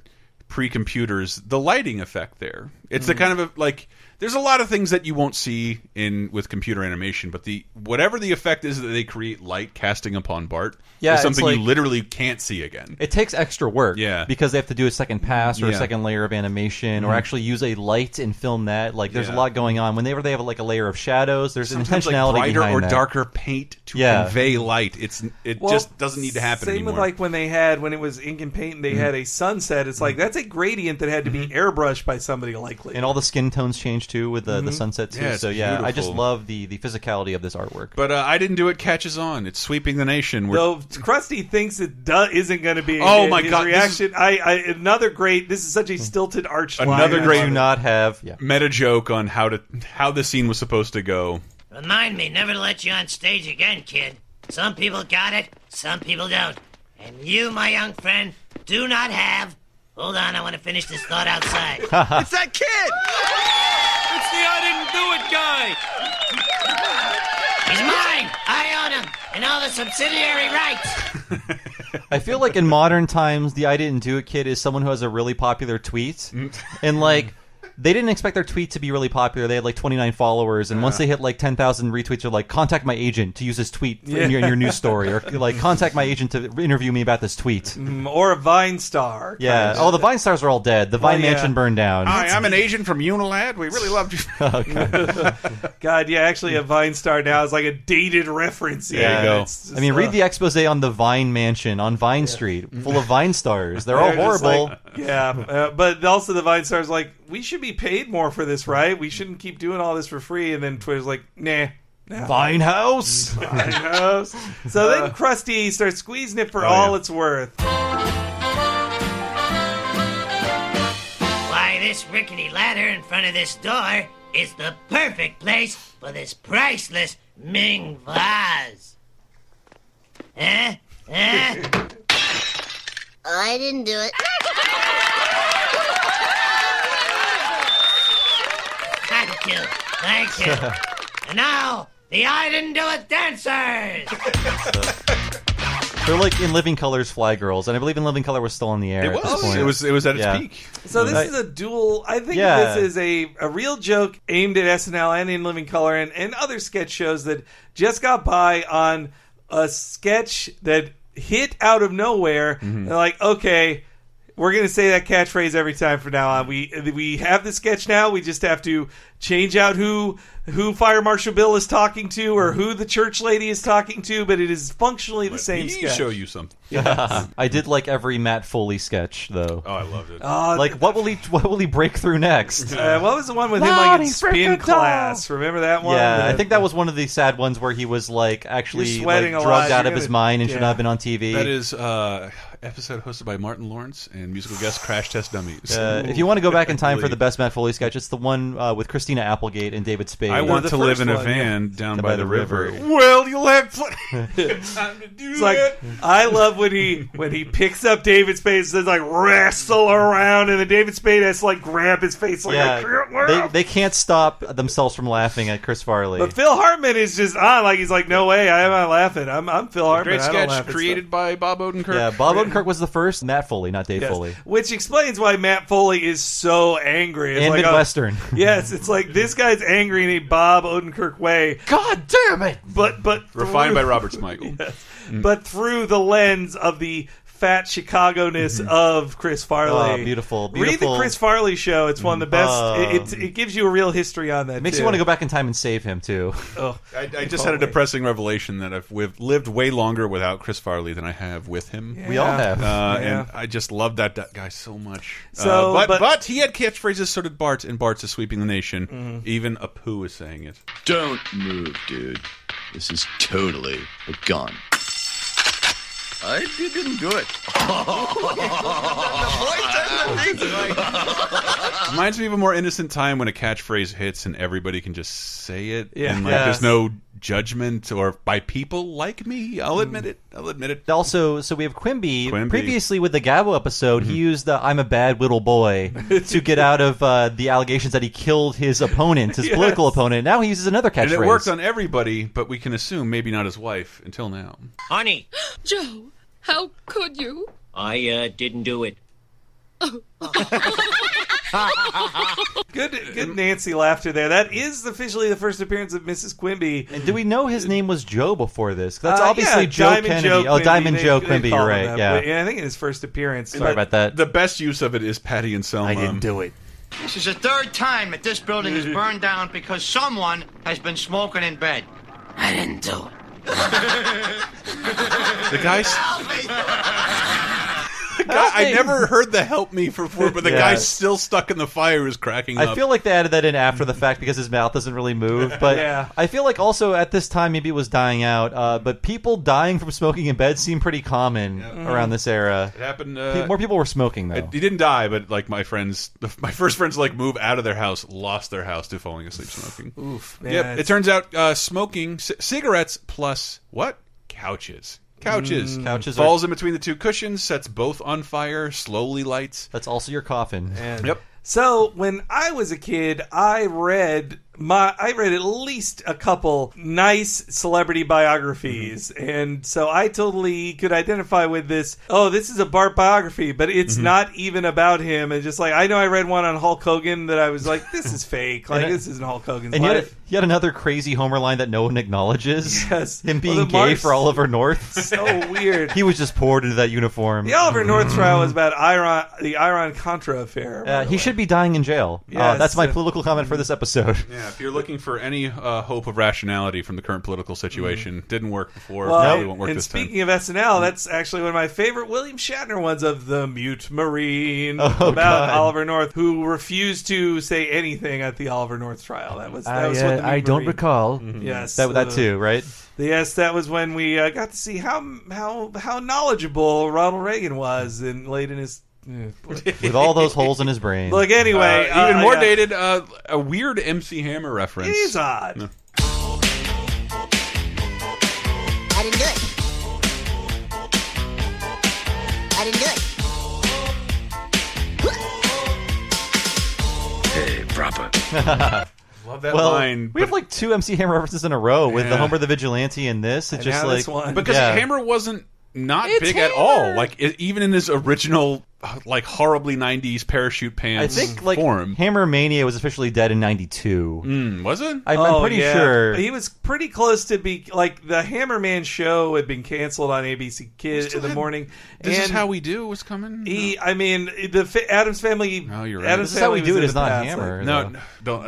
pre-computers, the lighting effect there. It's the
Mm.
kind of a, like there's a lot of things that you won't see in with computer animation, but the whatever the effect is that they create light casting upon Bart
Yeah,
is
it's
something you
like-
literally can't see again.
It takes extra work, yeah, because they have to do a second pass or
Yeah.
a second layer of animation, or
Mhm.
actually use a light and film that. Like, there's
Yeah.
a lot going on. Whenever they have like a layer of shadows, there's
Sometimes like
intentionality
brighter
behind
or
that.
darker paint to
Yeah.
convey light. It's it
Well,
just doesn't need to happen
Same
anymore.
with like when they had when it was ink and paint and they
Mhm.
had a sunset. It's like that's a gradient that had to be airbrushed by somebody likely.
Mm-hmm. and all the skin tones change too with the, the
Mhm.
sunset too.
Mm-hmm. Yeah, it's
so yeah, I just
beautiful.
love the the physicality of this artwork.
but uh, I didn't do it. Catches on. It's sweeping the nation. We're
Though Krusty thinks it do- isn't going to be.
Oh
his-
my
his
God, this
Reaction. I, I another great. This is such a stilted arch. line.
another
I
great
love it.
not have
meta joke on how to how the scene was supposed to go.
Remind me never to let you on stage again, kid. Some people got it, some people don't. And you, my young friend, do not have. Hold on, I want to finish this thought outside.
It's
that kid!
It's the I didn't do it guy.
He's mine! I own him! And all the subsidiary rights!
I feel like in modern times, the "I didn't do it" kid is someone who has a really popular tweet,
Mm.
and like they didn't expect their tweet to be really popular. They had like 29 followers, and once they hit like 10,000 retweets, they're like, "Contact my agent to use this tweet in, your, in your news story," or like, "Contact my agent to interview me about this tweet."
Mm, Or a Vine star.
Yeah. Oh, the Vine stars are all dead. The Vine
Well, Oh, yeah.
mansion burned down.
Hi, I'm an Asian from Unilad. We really loved you.
Oh,
God, yeah. Actually, a Vine star now is like a dated reference. yeah, it's just,
I mean, read
uh,
the expose on the Vine mansion on Vine Street, full of Vine stars. They're all
just
horrible.
like- yeah, uh, but also the Vine stars like we should be paid more for this, right? We shouldn't keep doing all this for free. And then Twitter's like, nah. nah.
Vine House.
Vine House. So then Krusty starts squeezing it for
Oh,
all
yeah.
it's worth.
Why, this rickety ladder in front of this door is the perfect place for this priceless Ming vase. Eh? Eh?
I didn't do it.
Thank you. Thank you. and now, the I Didn't Do It dancers!
They're like in Living Color's Fly Girls, and I believe in Living Color was still on the air.
It
at this
was.
point.
It was- it was at its
Yeah.
peak.
So this
I-
is a dual. I think
Yeah.
this is a, a real joke aimed at SNL and In Living Color and, and other sketch shows that just got by on a sketch that hit out of nowhere.
Mm-hmm.
Mhm.
They're like, okay, we're gonna say that catchphrase every time from now on. We we have the sketch now. We just have to change out who who Fire Marshal Bill is talking to or who the church lady is talking to, but it is functionally the same.
me
sketch.
show you something.
Yes.
I did like every Matt Foley sketch though. Oh,
I loved it.
Oh,
like what will he what will he break through next?
Uh, what was the one with him
Wow,
like in
he's
spin
freaking tall.
class? Remember that one?
yeah, I
The-
think that was one of the sad ones where he was like actually
You're
like,
sweating a
drugged
lot.
out
You're
of his
gonna-
mind and
yeah.
should not have been on TV.
That is uh, episode hosted by Martin Lawrence and musical guest Crash Test Dummies.
Uh, if you want to go back in time for the best Matt Foley sketch, it's the one uh, with Christina Applegate and David Spade.
I want to live in a van down by, the river. Well, you'll have plenty of time to do
It's like
it.
I love when he when he picks up David Spade and says like wrestle around, and then David Spade has to like grab his face like I can't
Yeah,
laugh.
they, they can't stop themselves from laughing at Chris Farley.
But Phil Hartman is just on like he's like no way I'm not laughing. I'm I'm Phil Hartman.
Great
I don't laugh
sketch
at stuff."
created by Bob Odenkirk.
yeah, Bob Odenkirk was the first. Matt Foley, not Dave
Yes.
Foley.
Which explains why Matt Foley is so angry. It's
And
like, oh-
Midwestern.
yes, it's like this guy's angry in a Bob Odenkirk way.
God damn it!
But but
Refined by
through-
Robert Smigel. Mm.
but through the lens of the fat Chicago ness of Chris Farley.
Mm-hmm. Oh, beautiful,
Read
beautiful.
the Chris Farley show. It's one of the best.
Oh.
it, it, it gives you a real history on that.
It makes you want to go back in time and save him too.
Oh,
I, I just had a depressing revelation that I've wi- lived way longer without Chris Farley than I have with him.
We all have.
Uh,
Yeah.
And I just love that, that guy so much.
So,
uh, but,
but-
but he had catchphrases. So did Bart, and Bart's is sweeping the nation.
Mm-hmm.
Even Apu is saying it.
Don't move, dude. This is totally a gun. I didn't do it.
Reminds me of a more innocent time when a catchphrase hits and everybody can just say it,
Yeah.
and like
Yeah.
there's no judgment or by people like me. I'll admit it. I'll admit it.
Also, so we have Quimby. Previously, with the Gabo episode,
Mm-hmm.
he used the "I'm a bad little boy" to get out of uh, the allegations that he killed his opponent, his
Yes.
political opponent. Now he uses another catchphrase.
And it worked on everybody, but we can assume maybe not his wife until now.
Honey,
Joe, how could you?
I uh, didn't do it.
good, good Nancy laughter there. That is officially the first appearance of Mrs. Quimby.
And do we know his name was Joe before this? 'Cause That's
Uh,
obviously
yeah,
Joe
Diamond
Kennedy.
Joe
oh,
Quimby.
Diamond
They-
Joe
they
Quimby. You're
called him
right.
that,
Yeah.
but I think in his first appearance.
Sorry about that.
The best use of it is Patty and Selma. I didn't
do it.
This is the third time that this building is burned down because someone has been smoking in bed. I didn't do it.
The guys. The guy, I never heard the help me for, for but the
Yeah.
guy still stuck in the fire is cracking up.
I feel like they added that in after the fact because his mouth doesn't really move. But
Yeah.
I feel like also at this time maybe it was dying out. Uh, but people dying from smoking in bed seemed pretty common
Mm-hmm.
around this era.
It happened, uh,
More people were smoking though.
I- he didn't die, but like my friends, my first friends like move out of their house, lost their house to falling asleep smoking.
Oof.
Yep.
man,
It
it's-
turns out uh, smoking c cigarettes plus what couches. Couches.
Mm. Couches are-
Falls in between the two cushions, sets both on fire, slowly lights.
That's also your coffin.
And-
Yep.
So when I was a kid, I read my I read at least a couple nice celebrity biographies,
Mm-hmm.
and so I totally could identify with this. Oh, this is a Bart biography, but it's
Mhm.
not even about him. And just like I know, I read one on Hulk Hogan that I was like, this is fake. Like
And I-
this isn't Hulk Hogan's
And yet,
life.
yet another crazy Homer line that no one acknowledges.
Yes.
Him being
Well, the
gay
Mars-
for Oliver North.
so weird.
He was just poured into that uniform.
The Oliver North trial was about Iron the Iron Contra affair.
Uh, he should be dying in jail. Uh,
Yes.
that's my political comment for this episode.
Yeah, if you're looking for any uh, hope of rationality from the current political situation, didn't work before.
Well,
probably
and-
won't work
and
this time.
speaking of SNL, that's actually one of my favorite William Shatner ones of the Mute Marine
Oh,
about
God.
Oliver North, who refused to say anything at the Oliver North trial. That was that
I,
was
uh,
what the Mute
I don't
Marine-
recall.
Yes,
That, that
uh,
too, right?
Yes, that was when we uh, got to see how how how knowledgeable Ronald Reagan was in late in his
with all those holes in his brain.
Look, anyway,
Uh, even
uh,
more
yeah.
dated, uh, a weird MC Hammer reference.
It is odd.
No.
I didn't do it. I didn't do it.
Hey, proper.
Love that
well,
line,
We have like two MC Hammer references in a row with the
Yeah.
Homer the Vigilante and this. It's just like
because
yeah.
Hammer wasn't not
It's
big at all. Like i even in his original, uh, like horribly '90s parachute
I
pants.
think like
form. Hmm,
Hammer Mania was officially dead in '92.
was it?
I'm,
Oh,
I'm pretty
yeah.
sure.
he was pretty close to be like the Hammerman show had been canceled on ABC Kids in the
had-
morning.
This
and
is how we do was coming.
he, I mean, the fa- Adams family.
No, Oh, you're right.
Adams
This is how we
Family
do
was
it.
in
It's
the
not
past,
Hammer.
like-
No,
though.
no,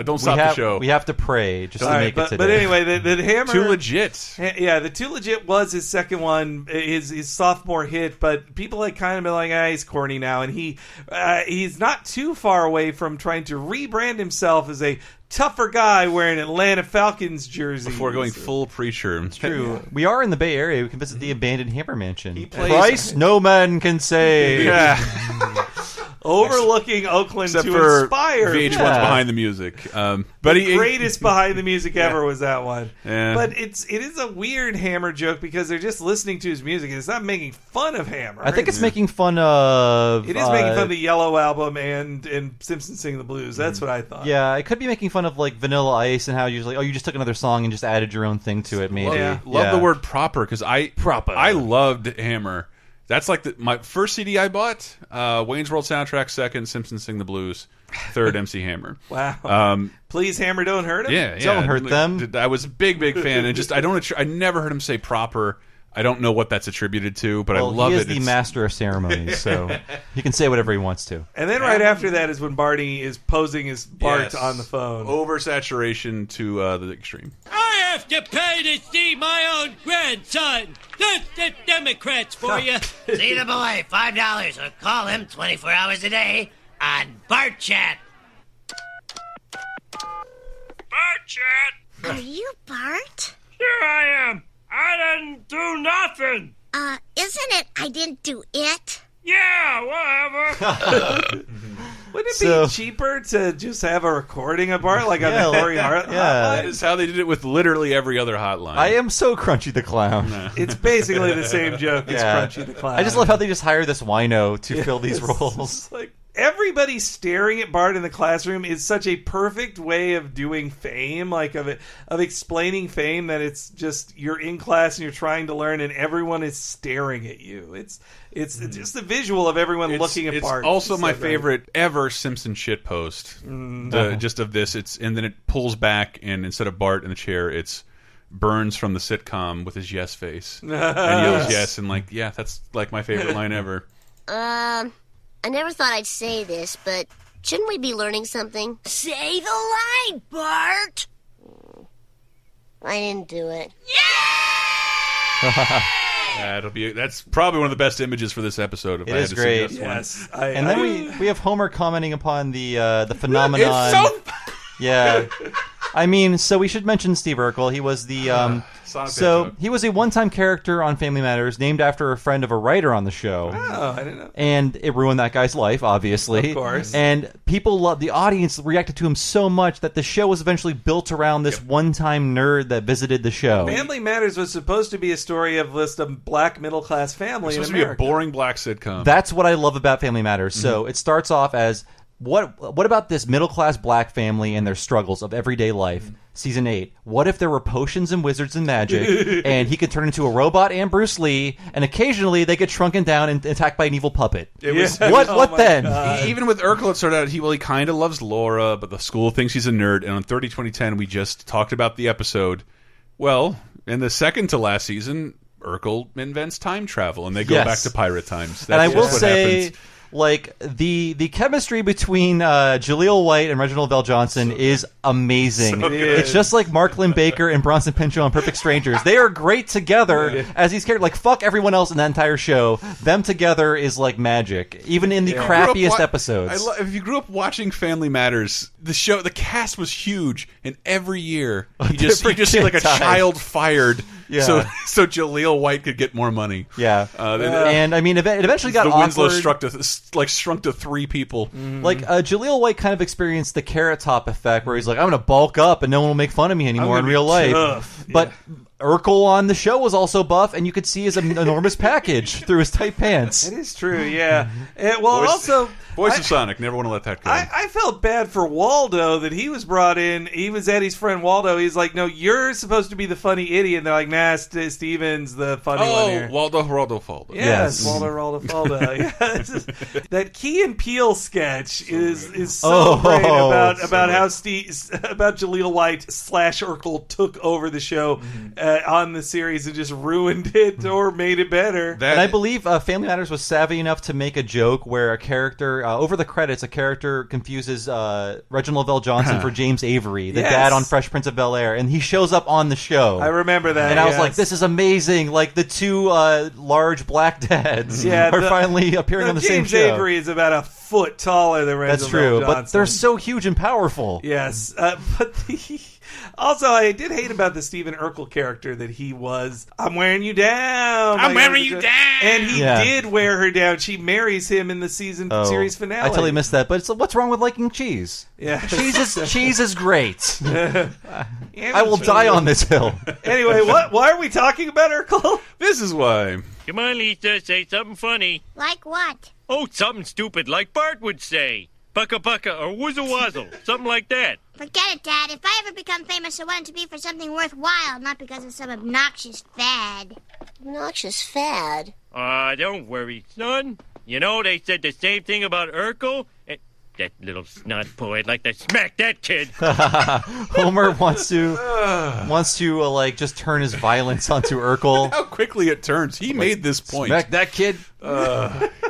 don't- don't
We
stop the
have-
show.
We have to pray just
All
to
right,
make
but,
it today.
but anyway, the, the hammer
Too
legit.
Yeah, the too legit was his second one, uh, his his sophomore hit. But people had kind of been like, ah, he's corny now, and he uh, he's not too far away from trying to rebrand himself as a tougher guy wearing Atlanta Falcons jersey
Before going full preacher, it's
True. We are in the Bay Area. We can visit the abandoned Hammer Mansion. Mm. He
plays-
Christ, no man can say.
overlooking Oakland
Except
to
for
inspire
VH1's
Yeah.
behind the music. Um, but
the
he,
greatest behind the music ever was that one.
Yeah.
But it's it is a weird Hammer joke because they're just listening to his music and it's not making fun of Hammer.
I think it's making fun of.
It is making
uh,
fun of the Yellow album and and Simpson sing the blues.
Mm.
That's what I thought.
Yeah, it could be making fun of like Vanilla Ice and how usually oh you just took another song and just added your own thing to it. Maybe
Love, love the word proper because I proper. I loved Hammer. That's like the, my first CD I bought. Uh, Wayne's World soundtrack second, Simpsons sing the blues third, MC Hammer.
Wow.
Um,
Please, Hammer, don't hurt him.
yeah, yeah, Like, th- I was a big, big fan, and just I don't. attr- I never heard him say proper. I don't know what that's attributed to, but
Well,
I love
he is
it.
the
It's-
master of ceremonies, so he can say whatever he wants to.
And then right after that is when Barney is posing as Bart
Yes. Oh.
on the phone.
Oversaturation to uh, the extreme.
I have to pay to see my own grandson. That's the Democrats for you.
See the boy, five dollars, or call him twenty-four hours a day on Bart Chat.
Are you Bart?
Here I am. I didn't do nothing.
Uh, isn't it? I didn't do it.
Yeah, whatever.
Wouldn't it
So-
be cheaper to just have a recording of Bart like on
Yeah,
the Lori Hart?
that is how they did it with literally every other hotline.
I am so crunchy the clown.
It's basically the same joke as
Yeah.
Crunchy the Clown.
I just love how they just hire this wino to fill these
Yes.
roles.
everybody staring at Bart in the classroom is such a perfect way of doing fame, like of it, of explaining fame that it's just you're in class and you're trying to learn, and everyone is staring at you. It's it's, it's just the visual of everyone looking at
Mm-hmm. it's
Bart.
also
It's
my
so great.
favorite ever Simpson shit post.
Mm.
The- just of this, it's and then it pulls back, and instead of Bart in the chair, it's Burns from the sitcom with his yes face and yells
Yes.
yes, and like yeah, that's like my favorite line ever.
Um, I never thought I'd say this, but shouldn't we be learning something? Say the line, Bart! I didn't do it.
That'll be that's probably one of the best images for this episode. If
It
I
is
had to
great.
suggest one.
and then we we have Homer commenting upon the uh, the phenomenon.
It's so-
yeah. I mean, so we should mention Steve Urkel. He was the
Ah,
um,
Sonic
so
Hedgehog.
he was a one-time character on Family Matters, named after a friend of a writer on the show.
Oh, I didn't know.
and it ruined that guy's life, obviously.
Of course.
And people love the audience reacted to him so much that the show was eventually built around this one-time nerd that visited the show.
Family Matters was supposed to be a story of list of black middle class family
It's
in
supposed to be a
America.
boring black sitcom.
That's what I love about Family Matters. So it starts off as what what about this middle class black family and their struggles of everyday life? Season eight. What if there were potions and wizards and magic, and he could turn into a robot and Bruce Lee, and occasionally they get shrunken down and attacked by an evil puppet?
It was-
what? what then?
E- Even with Urkel, it started out he well he kind of loves Laura, but the school thinks he's a nerd. And on 30 2010, we just talked about the episode. Well, in the second to last season, Urkel invents time travel, and they go
Yes.
back to pirate times. That's
and I will
what
say,
happens.
like the the chemistry between uh, Jaleel White and Reginald Bell Johnson is amazing.
So good.
it's just like Mark Lynn Baker and Bronson Pinchot on Perfect Strangers. They are great together as these characters. Like fuck everyone else in that entire show. Them together is like magic, even in the
Yeah. Grew up
crappiest
wa- I
episodes.
lo- if you grew up watching Family Matters, the show, the cast was huge, and every year you just you
different
just see
kid
like a
died.
child fired
Yeah.
So so Jaleel White could get more money.
Yeah.
Uh, they-
and I mean, ev- it eventually got
the Winslow
awkward.
struck to like shrunk to three people.
Like uh, Jaleel White kind of experienced the carrot top effect, where he's like, "I'm going to bulk up, and no one will make fun of me anymore
gonna
in
be
real life."
tough.
But Urkel on the show was also buff, and you could see his en- enormous package through his tight pants.
It is true, yeah.
Mm-hmm.
Eh, well,
Voice-
also,
Voice of Sonic. Never want to let that go.
I, I felt bad for Waldo that he was brought in. He was Eddie's friend Waldo. He's like, no, you're supposed to be the funny idiot. And they're like, nah, St- Steven's the funny one
oh,
here.
Waldo Waldo Faldo.
Yes, Waldo Waldo Faldo. Yes. that Key and Peel sketch is is so
Oh,
great about
so
about
good.
how Steve about Jaleel White slash Urkel took over the show uh, on the series and just ruined it or made it better.
and I believe uh, Family Matters was savvy enough to make a joke where a character, uh, over the credits, a character confuses uh, Reginald Vell Johnson for James Avery, the
Yes.
dad on Fresh Prince of Bel Air, and he shows up on the show.
I remember that.
and I was like,
yes.
"This is amazing! Like the two uh, large black dads
Yeah,
are
the-
finally appearing
No,
on the
James
same show."
Avery is about a foot taller than Renzo
That's true,
Bell
but they're
Johnson.
so huge and powerful.
Yes, uh, but the, also I did hate about the Stephen Urkel character that he was. I'm wearing you down.
I'm
Like,
wearing you down.
And he
Yeah.
did wear her down. She marries him in the season
Oh,
series finale.
I totally missed that. But it's, what's wrong with liking cheese?
Yeah.
cheese is cheese is great.
Yeah,
I will
cheese.
die on this hill.
anyway, what? Why are we talking about Urkel?
This is why.
Come on, Lisa, say something funny.
Like what?
Oh, something stupid like Bart would say. Bucka bucka or woozle wazzle, something like that.
Forget it, Dad. If I ever become famous, I want it to be for something worthwhile, not because of some obnoxious fad. Obnoxious fad?
Ah, don't worry, son. You know, they said the same thing about Urkel. Eh, That little snot boy'd like to smack that kid.
Homer wants to wants to uh, like just turn his violence onto Urkel.
How quickly it turns. He made this point.
Smack that kid.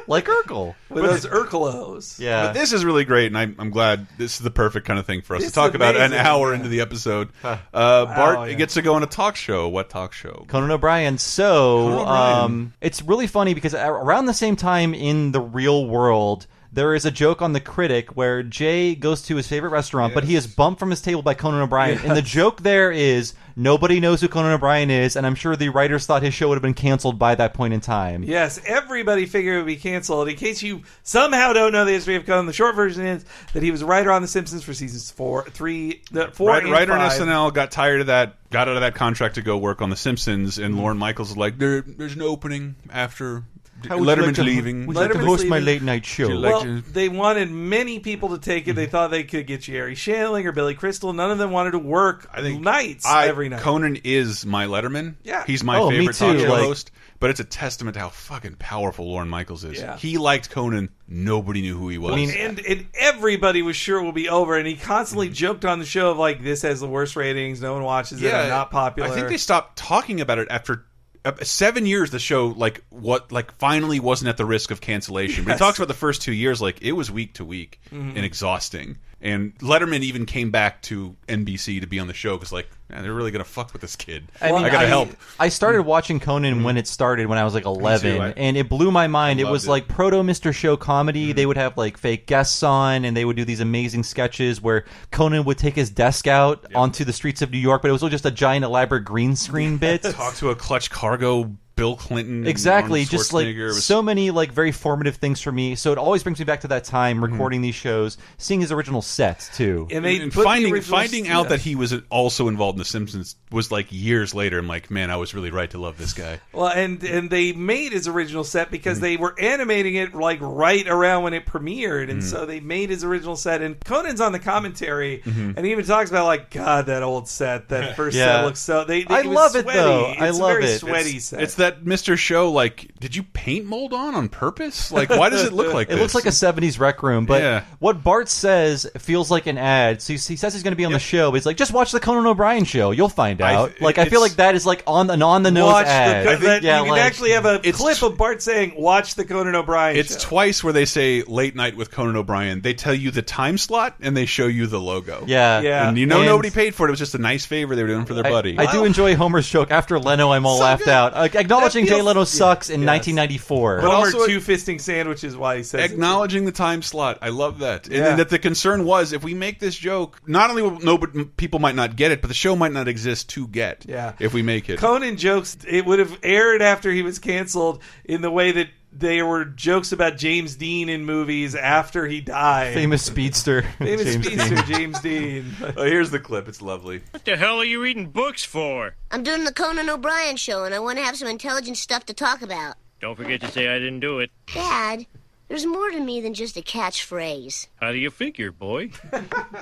like Urkel.
With those Urkelos.
Yeah.
But this is really great, and I'm, I'm glad this is the perfect kind of thing for us
This
to talk
is
about an
amazing.
hour into the episode. Uh, Bart
Oh, yeah.
gets to go on a talk show. What talk show?
Conan O'Brien. So
Conan O'Brien.
Um, it's really funny because a- around the same time in the real world, there is a joke on the critic where Jay goes to his favorite restaurant, but he is bumped from his table by Conan O'Brien. And the
Yes.
joke there is nobody knows who Conan O'Brien is, and I'm sure the writers thought his show would have been canceled by that point in time.
Yes, everybody figured it would be canceled. In case you somehow don't know the history of Conan, the short version is that he was a writer on The Simpsons for seasons four, three, the four,
Writer,
and
writer on
five.
SNL got tired of that, got out of that contract to go work on The Simpsons, and Lauren Michaels is like, there, there's no opening after
How would you like
Letterman's
to-
leaving.
would you like to
Letterman's
host my
leaving.
late night show?
Do you like
Well,
to-
they wanted many people to take it. They thought they could get Jerry Shanling or Billy Crystal. None of them wanted to work I think nights
I-
every night.
Conan is my Letterman.
Yeah.
he's my
Oh, me
favorite talk
too,
show
like-
host. But it's a testament to how fucking powerful Lauren Michaels is.
Yeah.
He liked Conan. Nobody knew who he was.
and, and everybody was sure it will be over, and he constantly joked on the show of like, "This has the worst ratings. No one watches it. I'm not popular."
I think they stopped talking about it after uh, seven years. The show, like what, like finally wasn't at the risk of cancellation. But he
Yes.
talks about the first two years, like it was week to week
Mhm.
and exhausting. And Letterman even came back to NBC to be on the show because, like, man, they're really gonna fuck with this kid. I, gotta help.
I started watching Conan when it started when I was like 11,
Mm-hmm. I-
and it blew my mind.
I
It was
loved
like
it. Mm-hmm.
proto Mr. Show comedy. They would have like fake guests on, and they would do these amazing sketches where Conan would take his desk out onto the streets of New York, but it was all just a giant elaborate green screen bit.
Talk to a clutch cargo, Bill Clinton.
Exactly,
Arnold
just like
Schwarzenegger. It was
so many like very formative things for me. So it always brings me back to that time
Mm-hmm.
recording these shows, seeing his original sets too.
And they
and
put the
finding
original-
finding out
yeah.
that he was also involved in The Simpsons was like years later. I'm like, man, I was really right to love this guy.
Well, and and they made his original set because they were animating it like right around when it premiered, and
Mhm.
so they made his original set. And Conan's on the commentary, and he even talks about like, God, that old set, that first set
Yeah.
looks so. They, they
I
it was
love it,
sweaty.
though.
It's
I
a
love
very
it.
Sweaty
it's,
set.
it's that Mr. Show. Like, did you paint mold on on purpose? Like, why does it look like?
it looks
this?
like a 70s rec room but
Yeah.
what bart says feels like an ad so he, he says he's going to be on the show but he's like just watch the conan o'brien show you'll find
I-
out like i feel
it's-
like that is like on an on the nose
Watch
ad
the, I that,
yeah
you
like,
can actually have a clip of Bart saying, "Watch the Conan O'Brien."
It's
show.
twice where they say late night with Conan O'Brien. They tell you the time slot and they show you the logo.
Yeah. Yeah.
And you know
And-
nobody paid for it. It was just a nice favor they were doing for their buddy.
I do enjoy Homer's joke. After Leno, I'm all laughed out. Like, acknowledging
That feels-
Jay Leno sucks in
yes.
1994.
But Homer two fisting sandwiches while he says it.
acknowledging the time slot. I love that, and,
Yeah.
and that the concern was if we make this joke, not only will no but people might not get it, but the show might not exist to get.
Yeah.
if we make it.
Conan jokes it would have aired after he was canceled in the way that there were jokes about James Dean in movies after he died.
Famous speedster.
Famous
James
speedster
Dean.
James Dean.
oh, here's the clip. It's lovely.
What the hell are you reading books for?
I'm doing the Conan O'Brien show, and I want to have some intelligent stuff to talk about.
Don't forget to say I didn't do it.
Dad, there's more to me than just a catchphrase.
How do you figure, boy?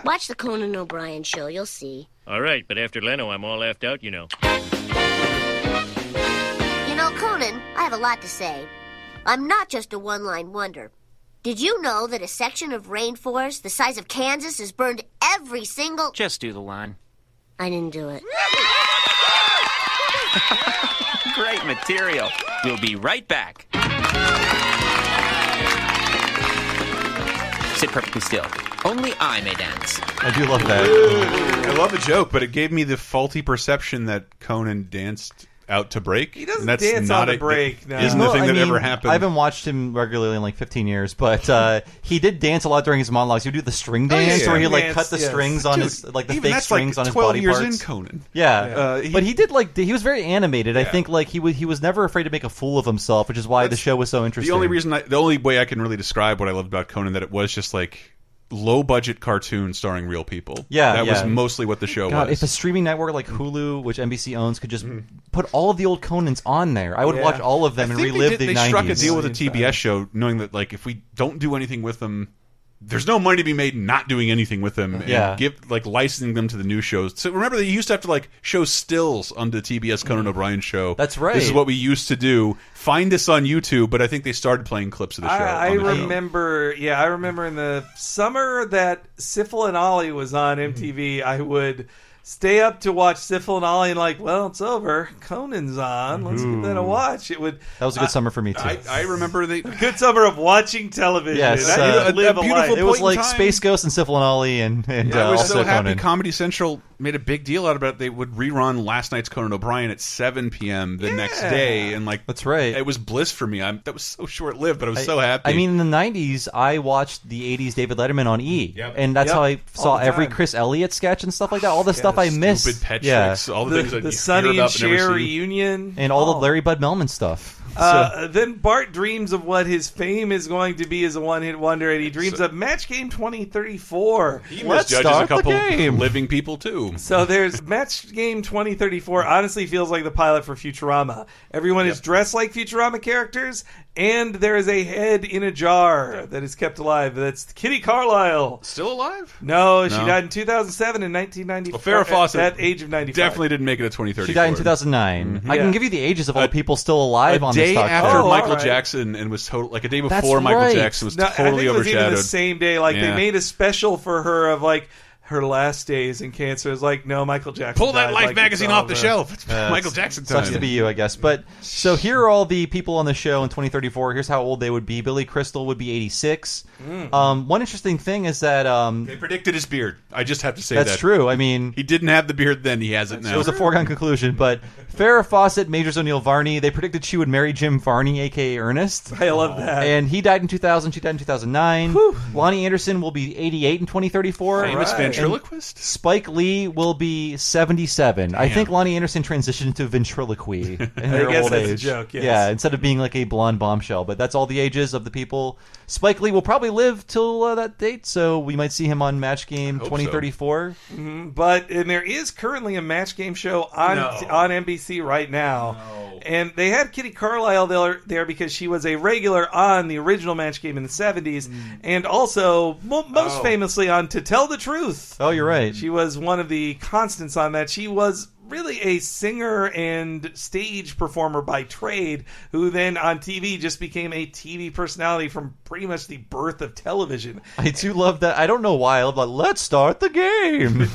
Watch the Conan O'Brien show, you'll see.
All right, but after Leno, I'm all laughed out, you know.
You know, Conan, I have a lot to say. I'm not just a one line wonder. Did you know that a section of rainforest the size of Kansas is burned every single.
Just do the line.
I didn't do it.
Great material. We'll be right back. Sit perfectly still. Only I may dance.
I do love
that. I love the joke, but it gave me the faulty perception that Conan danced out to break. He doesn't
dance on the break, no.
Isn't
Well,
the thing
I
that
mean,
ever happened?
I haven't watched him regularly in like 15 years, but uh, he did dance a lot during his monologues. He would do the string
Oh, yeah,
dance where he
yeah.
like
Dance,
cut the
yes.
strings on
Dude,
his like the
even
fake
that's, like,
strings on his
12
body
years
parts.
in Conan.
Yeah,
Yeah. Uh,
but he did like he was very animated. I
Yeah.
think like he was he was never afraid to make a fool of himself, which is why the show was so interesting.
The only reason, I, the only way I can really describe what I loved about Conan, that it was just like low budget cartoon starring real people.
Yeah,
that was
yeah.
mostly what the show
God,
was. Mm-hmm.
if a streaming network like Hulu, which NBC owns, could just put all of the old Conans on there, I would
Yeah.
watch all of
I
them and
think
relive
they did-
the
they
90s.
struck a deal with the TBS show, knowing that like if we don't do anything with them, there's no money to be made not doing anything with them. and
Yeah.
give like licensing them to the new shows. So remember, they used to have to like show stills on the TBS Conan O'Brien show. That's
right.
This is what we used to do. Find this on YouTube, but I think they started playing clips of the show.
I, I
on the show.
remember, yeah, I remember in the summer that Syphil and Ollie was on
Mm-hmm.
MTV, I would stay up to watch Syphil and Ollie and like, well, it's over. Conan's on. Let's give
Mm-hmm.
that a watch. It would.
That was a good summer for me too.
I, I remember the
good summer of watching television.
Yes,
I
uh,
didn't live a life.
It was like Space Ghost and Syphil and Ollie and and
Yeah,
uh,
I was
also
so happy
Conan.
Comedy Central made a big deal out about it. They would rerun last night's Conan O'Brien at 7 p.m. the next day, and like
that's right.
It was bliss for me. I'm, that was so short lived, but I was
I-
so happy.
I mean, in the '90s, I watched the '80s David Letterman on E,
Yep.
and that's
Yep.
how I
All
saw
the
every
time.
Chris Elliott sketch and stuff like that. All the stuff I missed.
stupid pet
yeah.
tricks, all the,
The-
things that
the
you
Sonny
hear about
and
never
Cher
see.
reunion.
and all
Oh.
the Larry Bud Melman stuff.
Uh, then Bart dreams of what his fame is going to be as a one hit wonder, and he dreams of Match Game 2034.
He misjudges a couple living people too.
So there's Match Game 2034 honestly feels like the pilot for Futurama. Everyone is dressed like Futurama characters, and there is a head in a jar that is kept alive. That's Kitty Carlisle.
Still alive?
No, she
No.
died in 2007 and 1994.
Well, Farrah Fawcett
At the age of 95.
definitely didn't make it at 2034.
she died in 2009. I
Mm-hmm. Yeah.
can give you the ages of all the people still alive
a
on
day
this talk show.
after Michael Jackson and was total like a day before Michael Jackson was
No, I think
totally
it was
overshadowed.
Even the same day, like
Yeah.
they made a special for her of like her last days in cancer. It's like no, Michael Jackson.
Pull that
died,
Life
like, it's
magazine off the
over.
shelf. It's
Yeah,
Michael
it's-
Jackson
Sucks
time.
to be you, I guess. But so here are all the people on the show in 2034. Here's how old they would be. Billy Crystal would be 86.
Mm.
Um, one interesting thing is that um,
They predicted his beard. I just have to say
That's
that.
true. I mean,
he didn't have the beard then. He has it now.
It was a foregone conclusion, but Farrah Fawcett, Majors O'Neill Varney, they predicted she would marry Jim Varney, aka Ernest.
I love that.
And he died in 2000. She died in 2009. Lonnie Anderson will be 88 in 2034.
Famous Right. ventriloquist?
And Spike Lee will be 77. I think Lonnie Anderson transitioned to ventriloquy in
I
her
guess
old
that's a
age.
joke, yes.
Yeah, instead of being like a blonde bombshell. But that's all the ages of the people. Spike Lee will probably live till uh, that date, so we might see him on Match Game
so.
2034.
Mhm. But and there is currently a match game show on
No.
on NBC right now, and they had Kitty Carlisle there there because she was a regular on the original match game in the seventies, and also mo- most
Mm. Oh.
famously on To Tell the Truth.
Oh, you're right.
She was one of the constants on that. She was really a singer and stage performer by trade who then on TV just became a TV personality from pretty much the birth of television.
I do love that. I don't know why. I love that. Let's start the game.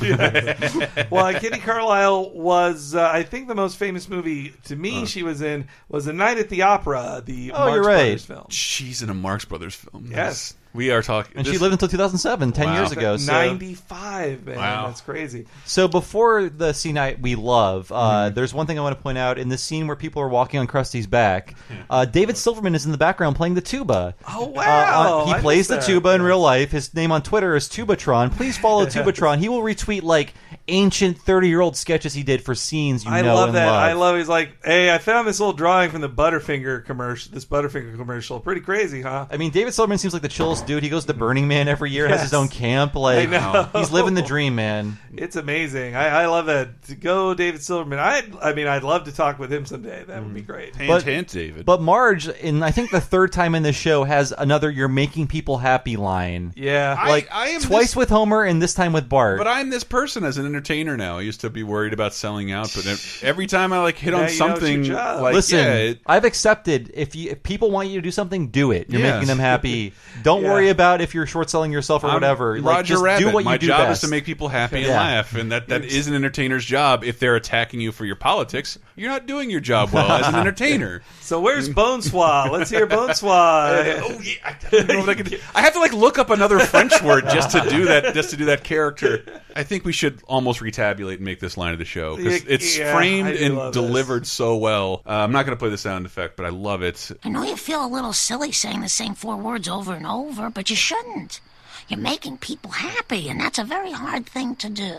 well, uh, Kitty Carlisle was, uh, I think, the most famous movie to me she was in was A Night at the Opera, the
Oh,
Marx
you're right.
Brothers film.
She's in a Marx Brothers film.
Yes.
We are talking.
And she
this-
lived until 2007, 10 years ago. So.
95, man.
Wow.
That's crazy.
So before the scene I, we love,
Mm-hmm.
uh, there's one thing I want to point out in this scene where people are walking on Krusty's back. Uh, David Silverman is in the background playing the tuba.
Oh wow!
Uh, he
I
plays
missed
the
that.
tuba in real life. His name on Twitter is Tubatron. Please follow Tubatron. He will retweet like ancient 30 year old sketches he did for scenes you
I
know
love
and
that.
love.
I love. He's like, hey, I found this little drawing from the Butterfinger commercial. This Butterfinger commercial, pretty crazy, huh?
I mean, David Silverman seems like the chillest dude. He goes to Burning Man every year, has his
Yes.
own camp. Like
know.
he's living the dream, man.
It's amazing. I, I love that. Go, David Silverman. I, I mean, I'd love to talk with him someday. That would be
Mm.
great.
But Marge, in I think the third time in this show, has another "You're making people happy" line.
Yeah,
like
I am
twice
this-
with Homer and this time with Bart.
But I'm this person as an entertainer now. I used to be worried about selling out, but ev- every time I like hit
Now
on
you know it's your
something,
job.
like
Listen,
yeah, it-
I've accepted if you if people want you to do something, do it. You're
Yes.
making them happy. Don't
Yeah.
worry about if you're short selling yourself or
I'm
whatever. like,
Roger
just
Rabbit.
do what
My
you do
job
best.
is to make people happy and
Yeah.
laugh, and that that is an entertainer's job. If they're attacking you for your politics, you're not doing your job well as an entertainer.
So where's Boneswa? Let's hear Boneswa.
oh yeah, I, don't know if I, could- I have to like look up another French word just to do that. Just to do that character. I think we should almost retabulate and make this line of the show because
Yeah,
it's
yeah,
framed
I do
and
love this.
delivered so well. Uh, I'm not going to play the sound effect, but I love it.
I know you feel a little silly saying the same four words over and over, but you shouldn't. You're making people happy, and that's a very hard thing to do.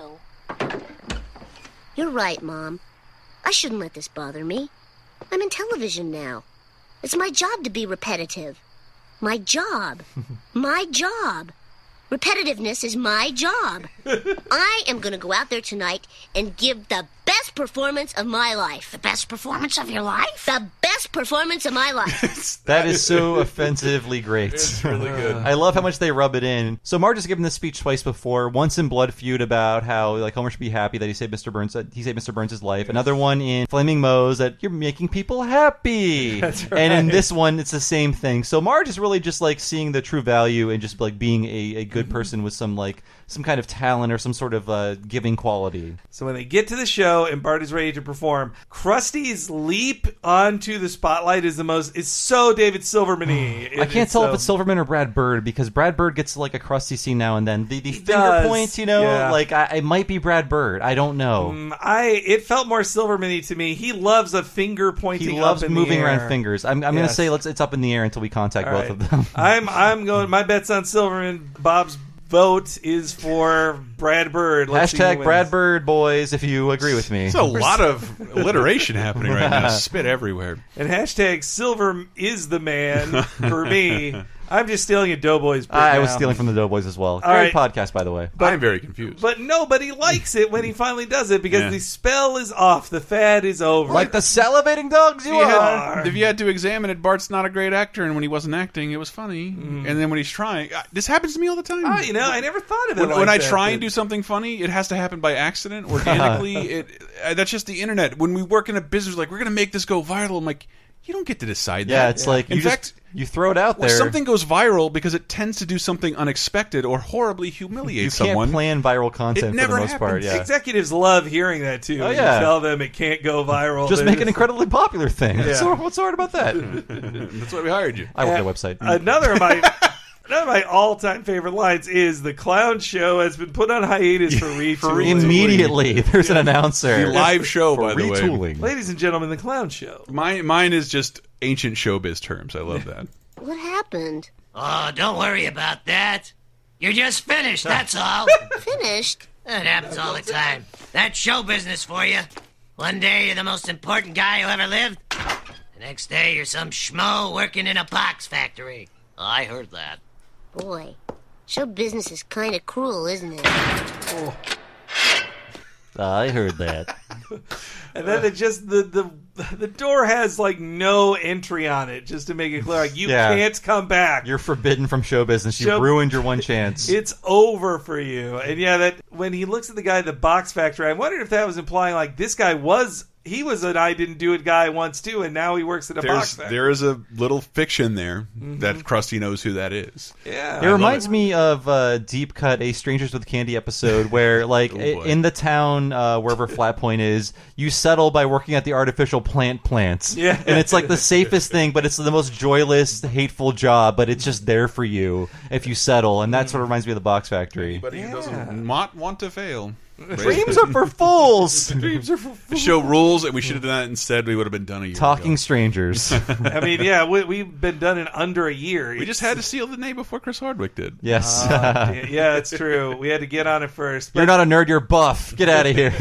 You're right, Mom. I shouldn't let this bother me. I'm in television now. It's my job to be repetitive. My job. my job. Repetitiveness is my job. I am going to go out there tonight and give the best performance of my life. The best performance of your life? The best performance of my life.
That is so offensively great. It's really good. I love how much they rub it in. So Marge has given this speech twice before. Once in Blood Feud about how like Homer should be happy that he saved Mr. Burns, that he saved Mr. Burns' life. Another one in Flaming Moe's that you're making people happy.
That's
And in
right.
this one, it's the same thing. So Marge is really just like seeing the true value and just like being a, a good person with some like some kind of talent or some sort of uh, giving quality.
So when they get to the show and Bart is ready to perform, Krusty's leap onto the spotlight is the most is so David Silverman-y.
I
It
can't
is
tell
so-
if it's Silverman or Brad Bird because Brad Bird gets like a crusty scene now and then. The, the finger
does,
points, you know,
yeah.
like I, it might be Brad Bird. I don't know.
Mm, I it felt more Silverman-y to me. He loves a finger pointing.
he loves
up in
moving
the air.
around fingers. I'm, I'm going to
Yes.
say let's it's up in the air until we contact
All
both
right.
of them.
I'm I'm going. My bet's on Silverman. Bob's vote is for Brad Bird. Let's see who
Hashtag
wins.
Brad Bird boys, if you agree with me.
There's a lot of alliteration happening right now. Spit everywhere.
and hashtag Silver is the man for me. I'm just stealing a Doughboys. bit
I, I was
now.
stealing from the Doughboys as well.
All
Great
right.
podcast, by the way.
I'm very confused.
But nobody likes it when he finally does it because
Yeah.
the spell is off. The fad is over.
Like the salivating dogs
If you,
uh,
had, if you had to examine it, Bart's not a great actor, and when he wasn't acting, it was funny. And then when he's trying, I- this happens to me all the time.
Oh, Mm-hmm. you know, I never thought of it
When,
like
when I
that,
try
but-
and do something funny, it has to happen by accident, organically. it uh, that's just the internet. When we work in a business, like we're going to make this go viral. I'm like, you don't get to decide that.
Yeah, it's like
in
you
fact,
just, you throw it out
well,
there.
something goes viral because it tends to do something unexpected or horribly humiliate
you
someone.
can't plan viral content for the most part. Yeah.
Executives love hearing that too.
Oh,
When
yeah.
You tell them it can't go viral.
Just
they're
make an incredibly popular thing.
Yeah.
So what's hard about that?
That's why we hired you.
I work at a
Uh,
website.
Another of my another of my all time favorite lines is the clown show has been put on hiatus for retooling.
Immediately, there's an announcer.
The live show,
for
by the way.
retooling.
Ladies and gentlemen, the clown show.
Mine, mine is just ancient showbiz terms. I love that.
what happened?
Oh, don't worry about that. You're just finished, that's all.
Finished?
That happens all the time. That's show business for you. One day you're the most important guy who ever lived. The next day you're some schmo working in a box factory. I heard that.
Boy, show business is kind of cruel, isn't it?
I heard that.
And then it just the, the the door has like no entry on it, just to make it clear. Like you
Yeah.
can't come back.
You're forbidden from show business. You
Show-
ruined your one chance.
It's over for you. And yeah, that when he looks at the guy at the box factory, I wondered if that was implying like this guy was He was an I didn't do it guy once too, and now he works at a box
There's,
factory.
there is a little fiction there that Krusty knows who that is.
Yeah.
It reminds me of uh, Deep Cut, a Strangers with Candy episode, where, like, i- in the town uh, wherever Flat Point is, you settle by working at the artificial plant plants.
Yeah.
And it's, like, the safest thing, but it's the most joyless, hateful job, but it's just there for you if you settle. And
Hmm.
that sort of reminds me of the box factory.
Anybody who doesn't not want to fail.
Dreams are for fools. Dreams
are for
The show rules, and we should have done that instead. We would have been done a year
Talking strangers.
I mean, yeah, we, we've been done in under a year.
We just had to seal the name before Chris Hardwick did.
Yes.
Uh, yeah, it's true. We had to get on it first.
You're not a nerd, you're buff. Get out of here.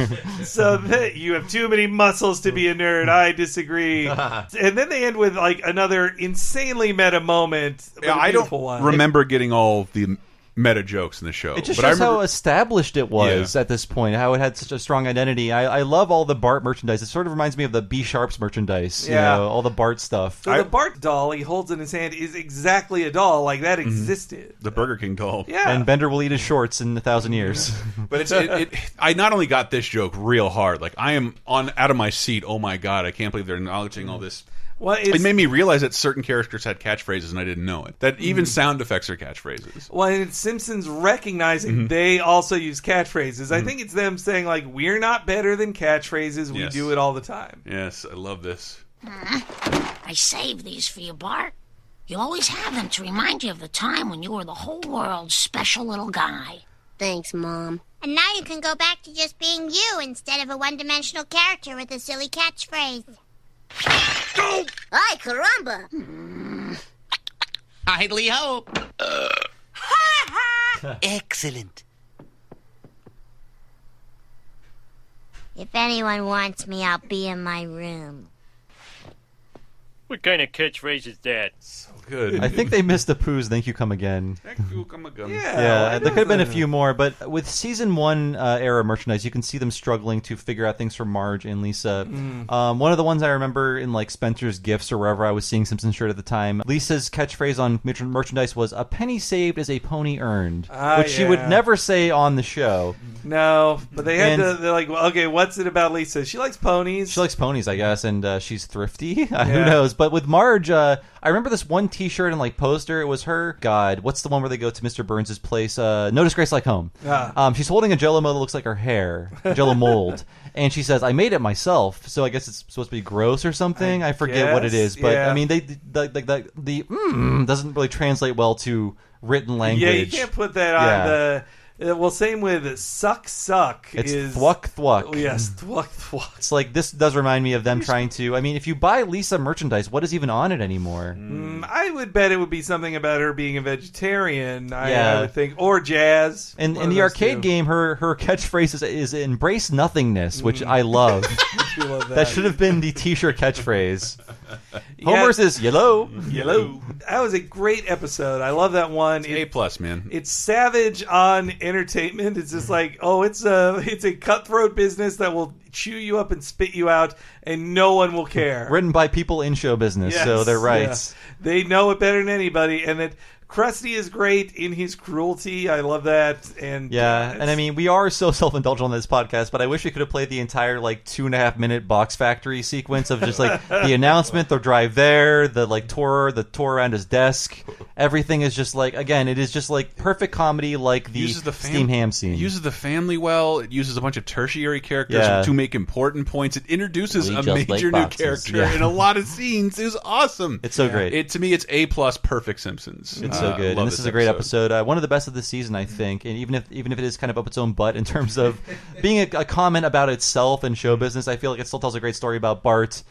so that you have too many muscles to be a nerd. I disagree. and then they end with like another insanely meta moment. but
Yeah,
a
I don't
beautiful one.
remember getting all of the meta jokes in the show.
It just
but I
shows how
remember
established it was at this point, how it had such a strong identity. I, I love all the Bart merchandise. It sort of reminds me of the B Sharps merchandise,
Yeah. Oh,
you know, all the Bart stuff.
So the Bart doll he holds in his hand is exactly a doll like that
Mm-hmm.
existed.
the Burger King doll.
Yeah.
And Bender will eat his shorts in a thousand years.
But it's it, it, I not only got this joke real hard, like I am on out of my seat. Oh my god, I can't believe they're acknowledging all this.
Well,
it
it's-
made me realize that certain characters had catchphrases and I didn't know it. That even
Mm.
sound effects are catchphrases.
Well, and it's Simpsons recognizing
Mm-hmm.
Mhm.
they also use catchphrases. I
Mhm.
think it's them saying like we're not better than catchphrases. We
Yes.
do it all the time.
Yes, I love this.
I saved these for you, Bart. You always have them to remind you of the time when you were the whole world's special little guy.
Thanks, Mom.
And now you can go back to just being you instead of a one dimensional character with a silly catchphrase.
Ay, caramba!
Idly hope.
Excellent. If anyone wants me, I'll be in my room.
What kind of catchphrase is that? So
good.
I think they missed the poos. Thank you, come again.
Yeah,
yeah, there could have been a few more, but with season one uh, era merchandise, you can see them struggling to figure out things for Marge and Lisa.
Mm.
Um, one of the ones I remember in like Spencer's Gifts or wherever I was seeing Simpsons shirt at the time, Lisa's catchphrase on mer- merchandise was "A penny saved is a pony earned,"
Ah,
which she would
yeah.
never say on the show.
No, but they had
And-
to. They're like, well, okay, what's it about Lisa? She likes ponies.
She likes ponies, I guess, and uh, she's thrifty. Who
Yeah.
knows? But with Marge, uh, I remember this one T-shirt and like poster. It was her. God, what's the one where they go to Mr. Burns's place? Uh, no disgrace like home.
Ah.
Um, she's holding a Jello mold that looks like her hair, Jello mold, and she says, "I made it myself." So I guess it's supposed to be gross or something. I, forget what it
guess,
is, but
yeah.
I mean, they the the, the, the mm, doesn't really translate well to written language.
Yeah, you can't put that on
Yeah.
the. uh, well, same with suck suck
It's
is
thwuck thwuck.
Oh, yes, thwuck thwuck.
It's like this does remind me of them trying to. I mean, if you buy Lisa merchandise, what is even on it anymore?
Mm, I would bet it would be something about her being a vegetarian. I, I
Yeah.
would think, or jazz.
And
One
in
of
the
those
arcade
two.
game, her her catchphrase is, is "embrace nothingness," which
Mm.
I love.
You love that.
should have been the T-shirt catchphrase. Homer's is yellow,
Yellow. That was a great episode. I love that one. It's
A plus, man.
it's savage on entertainment. It's just like, oh, it's a it's a cutthroat business that will chew you up and spit you out, and no one will care.
written by people in show business, so
Yes,
they're right.
yeah. They know it better than anybody, and that Krusty is great in his cruelty. I love that. And
Yeah, and I mean, we are so self-indulgent on this podcast, but I wish we could have played the entire like two and a half minute box factory sequence of just like the announcement, the drive there, the like tour, the tour around his desk. Everything is just like again, it is just like perfect comedy, like the,
Uses the fam-
steam ham scene.
It uses the family well. It uses a bunch of tertiary characters
Yeah.
to make important points. It introduces
We
a
just like
major new
boxes.
character
Yeah.
in a lot of scenes. It was awesome.
It's so great.
It to me, it's a plus. Perfect Simpsons.
It's
Uh,
so good.
love
And this, is a great episode. Uh, one of the best of the season, I think. And even if even if it is kind of up its own butt in terms of being a, a comment about itself and show business, I feel like it still tells a great story about Bart.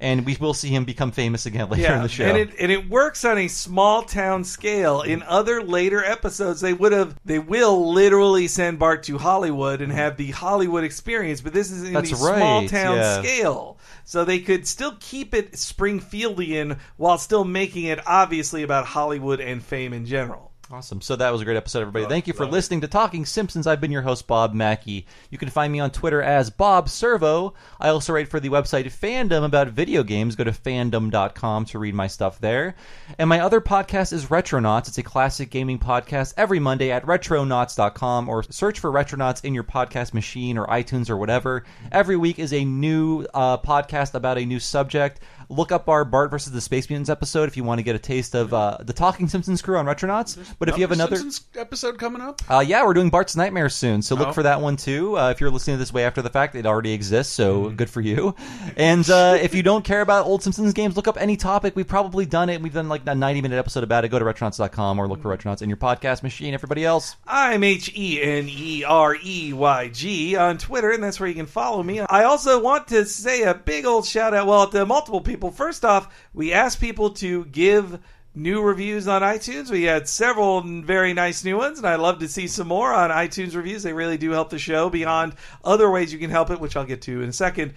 And we will see him become famous again later in the show.
And it and it works on a small town scale. In other later episodes, they would have they will literally send Bart to Hollywood and have the Hollywood experience, but this is in
That's
the
right,
small town
yeah.
scale. So they could still keep it Springfieldian while still making it obviously about Hollywood and fame in general.
Awesome. So that was a great episode, everybody. Thank you for listening to Talking Simpsons. I've been your host, Bob Mackey. You can find me on Twitter as Bob Servo. I also write for the website Fandom about video games. Go to fandom.com to read my stuff there. And my other podcast is Retronauts. It's a classic gaming podcast every Monday at retronauts.com or search for Retronauts in your podcast machine or iTunes or whatever. Every week is a new uh, podcast about a new subject. Look up our Bart versus the Space Mutants episode if you want to get a taste of uh, the Talking Simpsons crew on Retronauts. But if you have another,
Simpsons episode coming up?
uh, yeah, we're doing Bart's Nightmare soon, so look
Oh.
for that one too. Uh, if you're listening to this way after the fact, it already exists, so
Mm-hmm.
good for you. And uh, if you don't care about old Simpsons games, look up any topic. We've probably done it. We've done like a 90 minute episode about it. Go to retronauts.com or look for
Mm-hmm.
retronauts in your podcast machine. Everybody else,
I'm H E N E R E Y G on Twitter, and that's where you can follow me. I also want to say a big old shout out, well, to multiple people. First off, we asked people to give new reviews on iTunes. We had several very nice new ones, and I'd love to see some more on iTunes reviews. They really do help the show beyond other ways you can help it, which I'll get to in a second.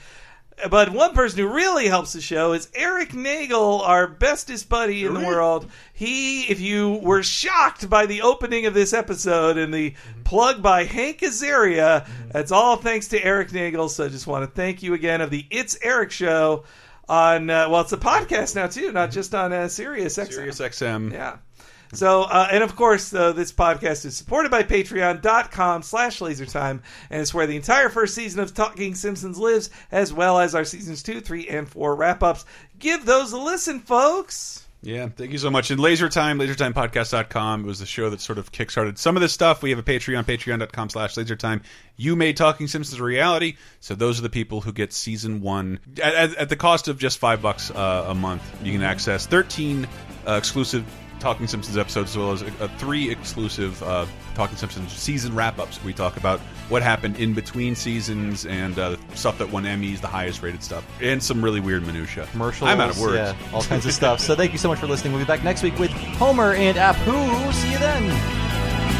But one person who really helps the show is Eric Nagel, our bestest buddy in the world. He, if you were shocked by the opening of this episode and the plug by Hank Azaria, that's all thanks to Eric Nagel. So I just want to thank you again of the It's Eric show on, uh, well, it's a podcast now too, not just on uh, Sirius XM.
Sirius XM.
Yeah. So, uh, and of course, uh, this podcast is supported by patreon.com slash lasertime, and it's where the entire first season of Talking Simpsons lives, as well as our seasons two, three, and four wrap ups. Give those a listen, folks.
Yeah, thank you so much. And Laser Time, lasertimepodcast.com. It was the show that sort of kickstarted some of this stuff. We have a Patreon, patreon.com slash lasertime. You made Talking Simpsons a reality, so those are the people who get season one. At, at, at the cost of just five bucks uh, a month, you can access 13 uh, exclusive Talking Simpsons episodes, as well as uh, three exclusive uh, Talking Simpsons season wrap-ups. We talk about what happened in between seasons and uh, stuff that won Emmys, the highest-rated stuff, and some really weird minutia.
commercials,
I'm out of words.
yeah, all kinds of stuff. So thank you so much for listening. We'll be back next week with Homer and Apu. See you then.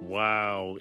Wow,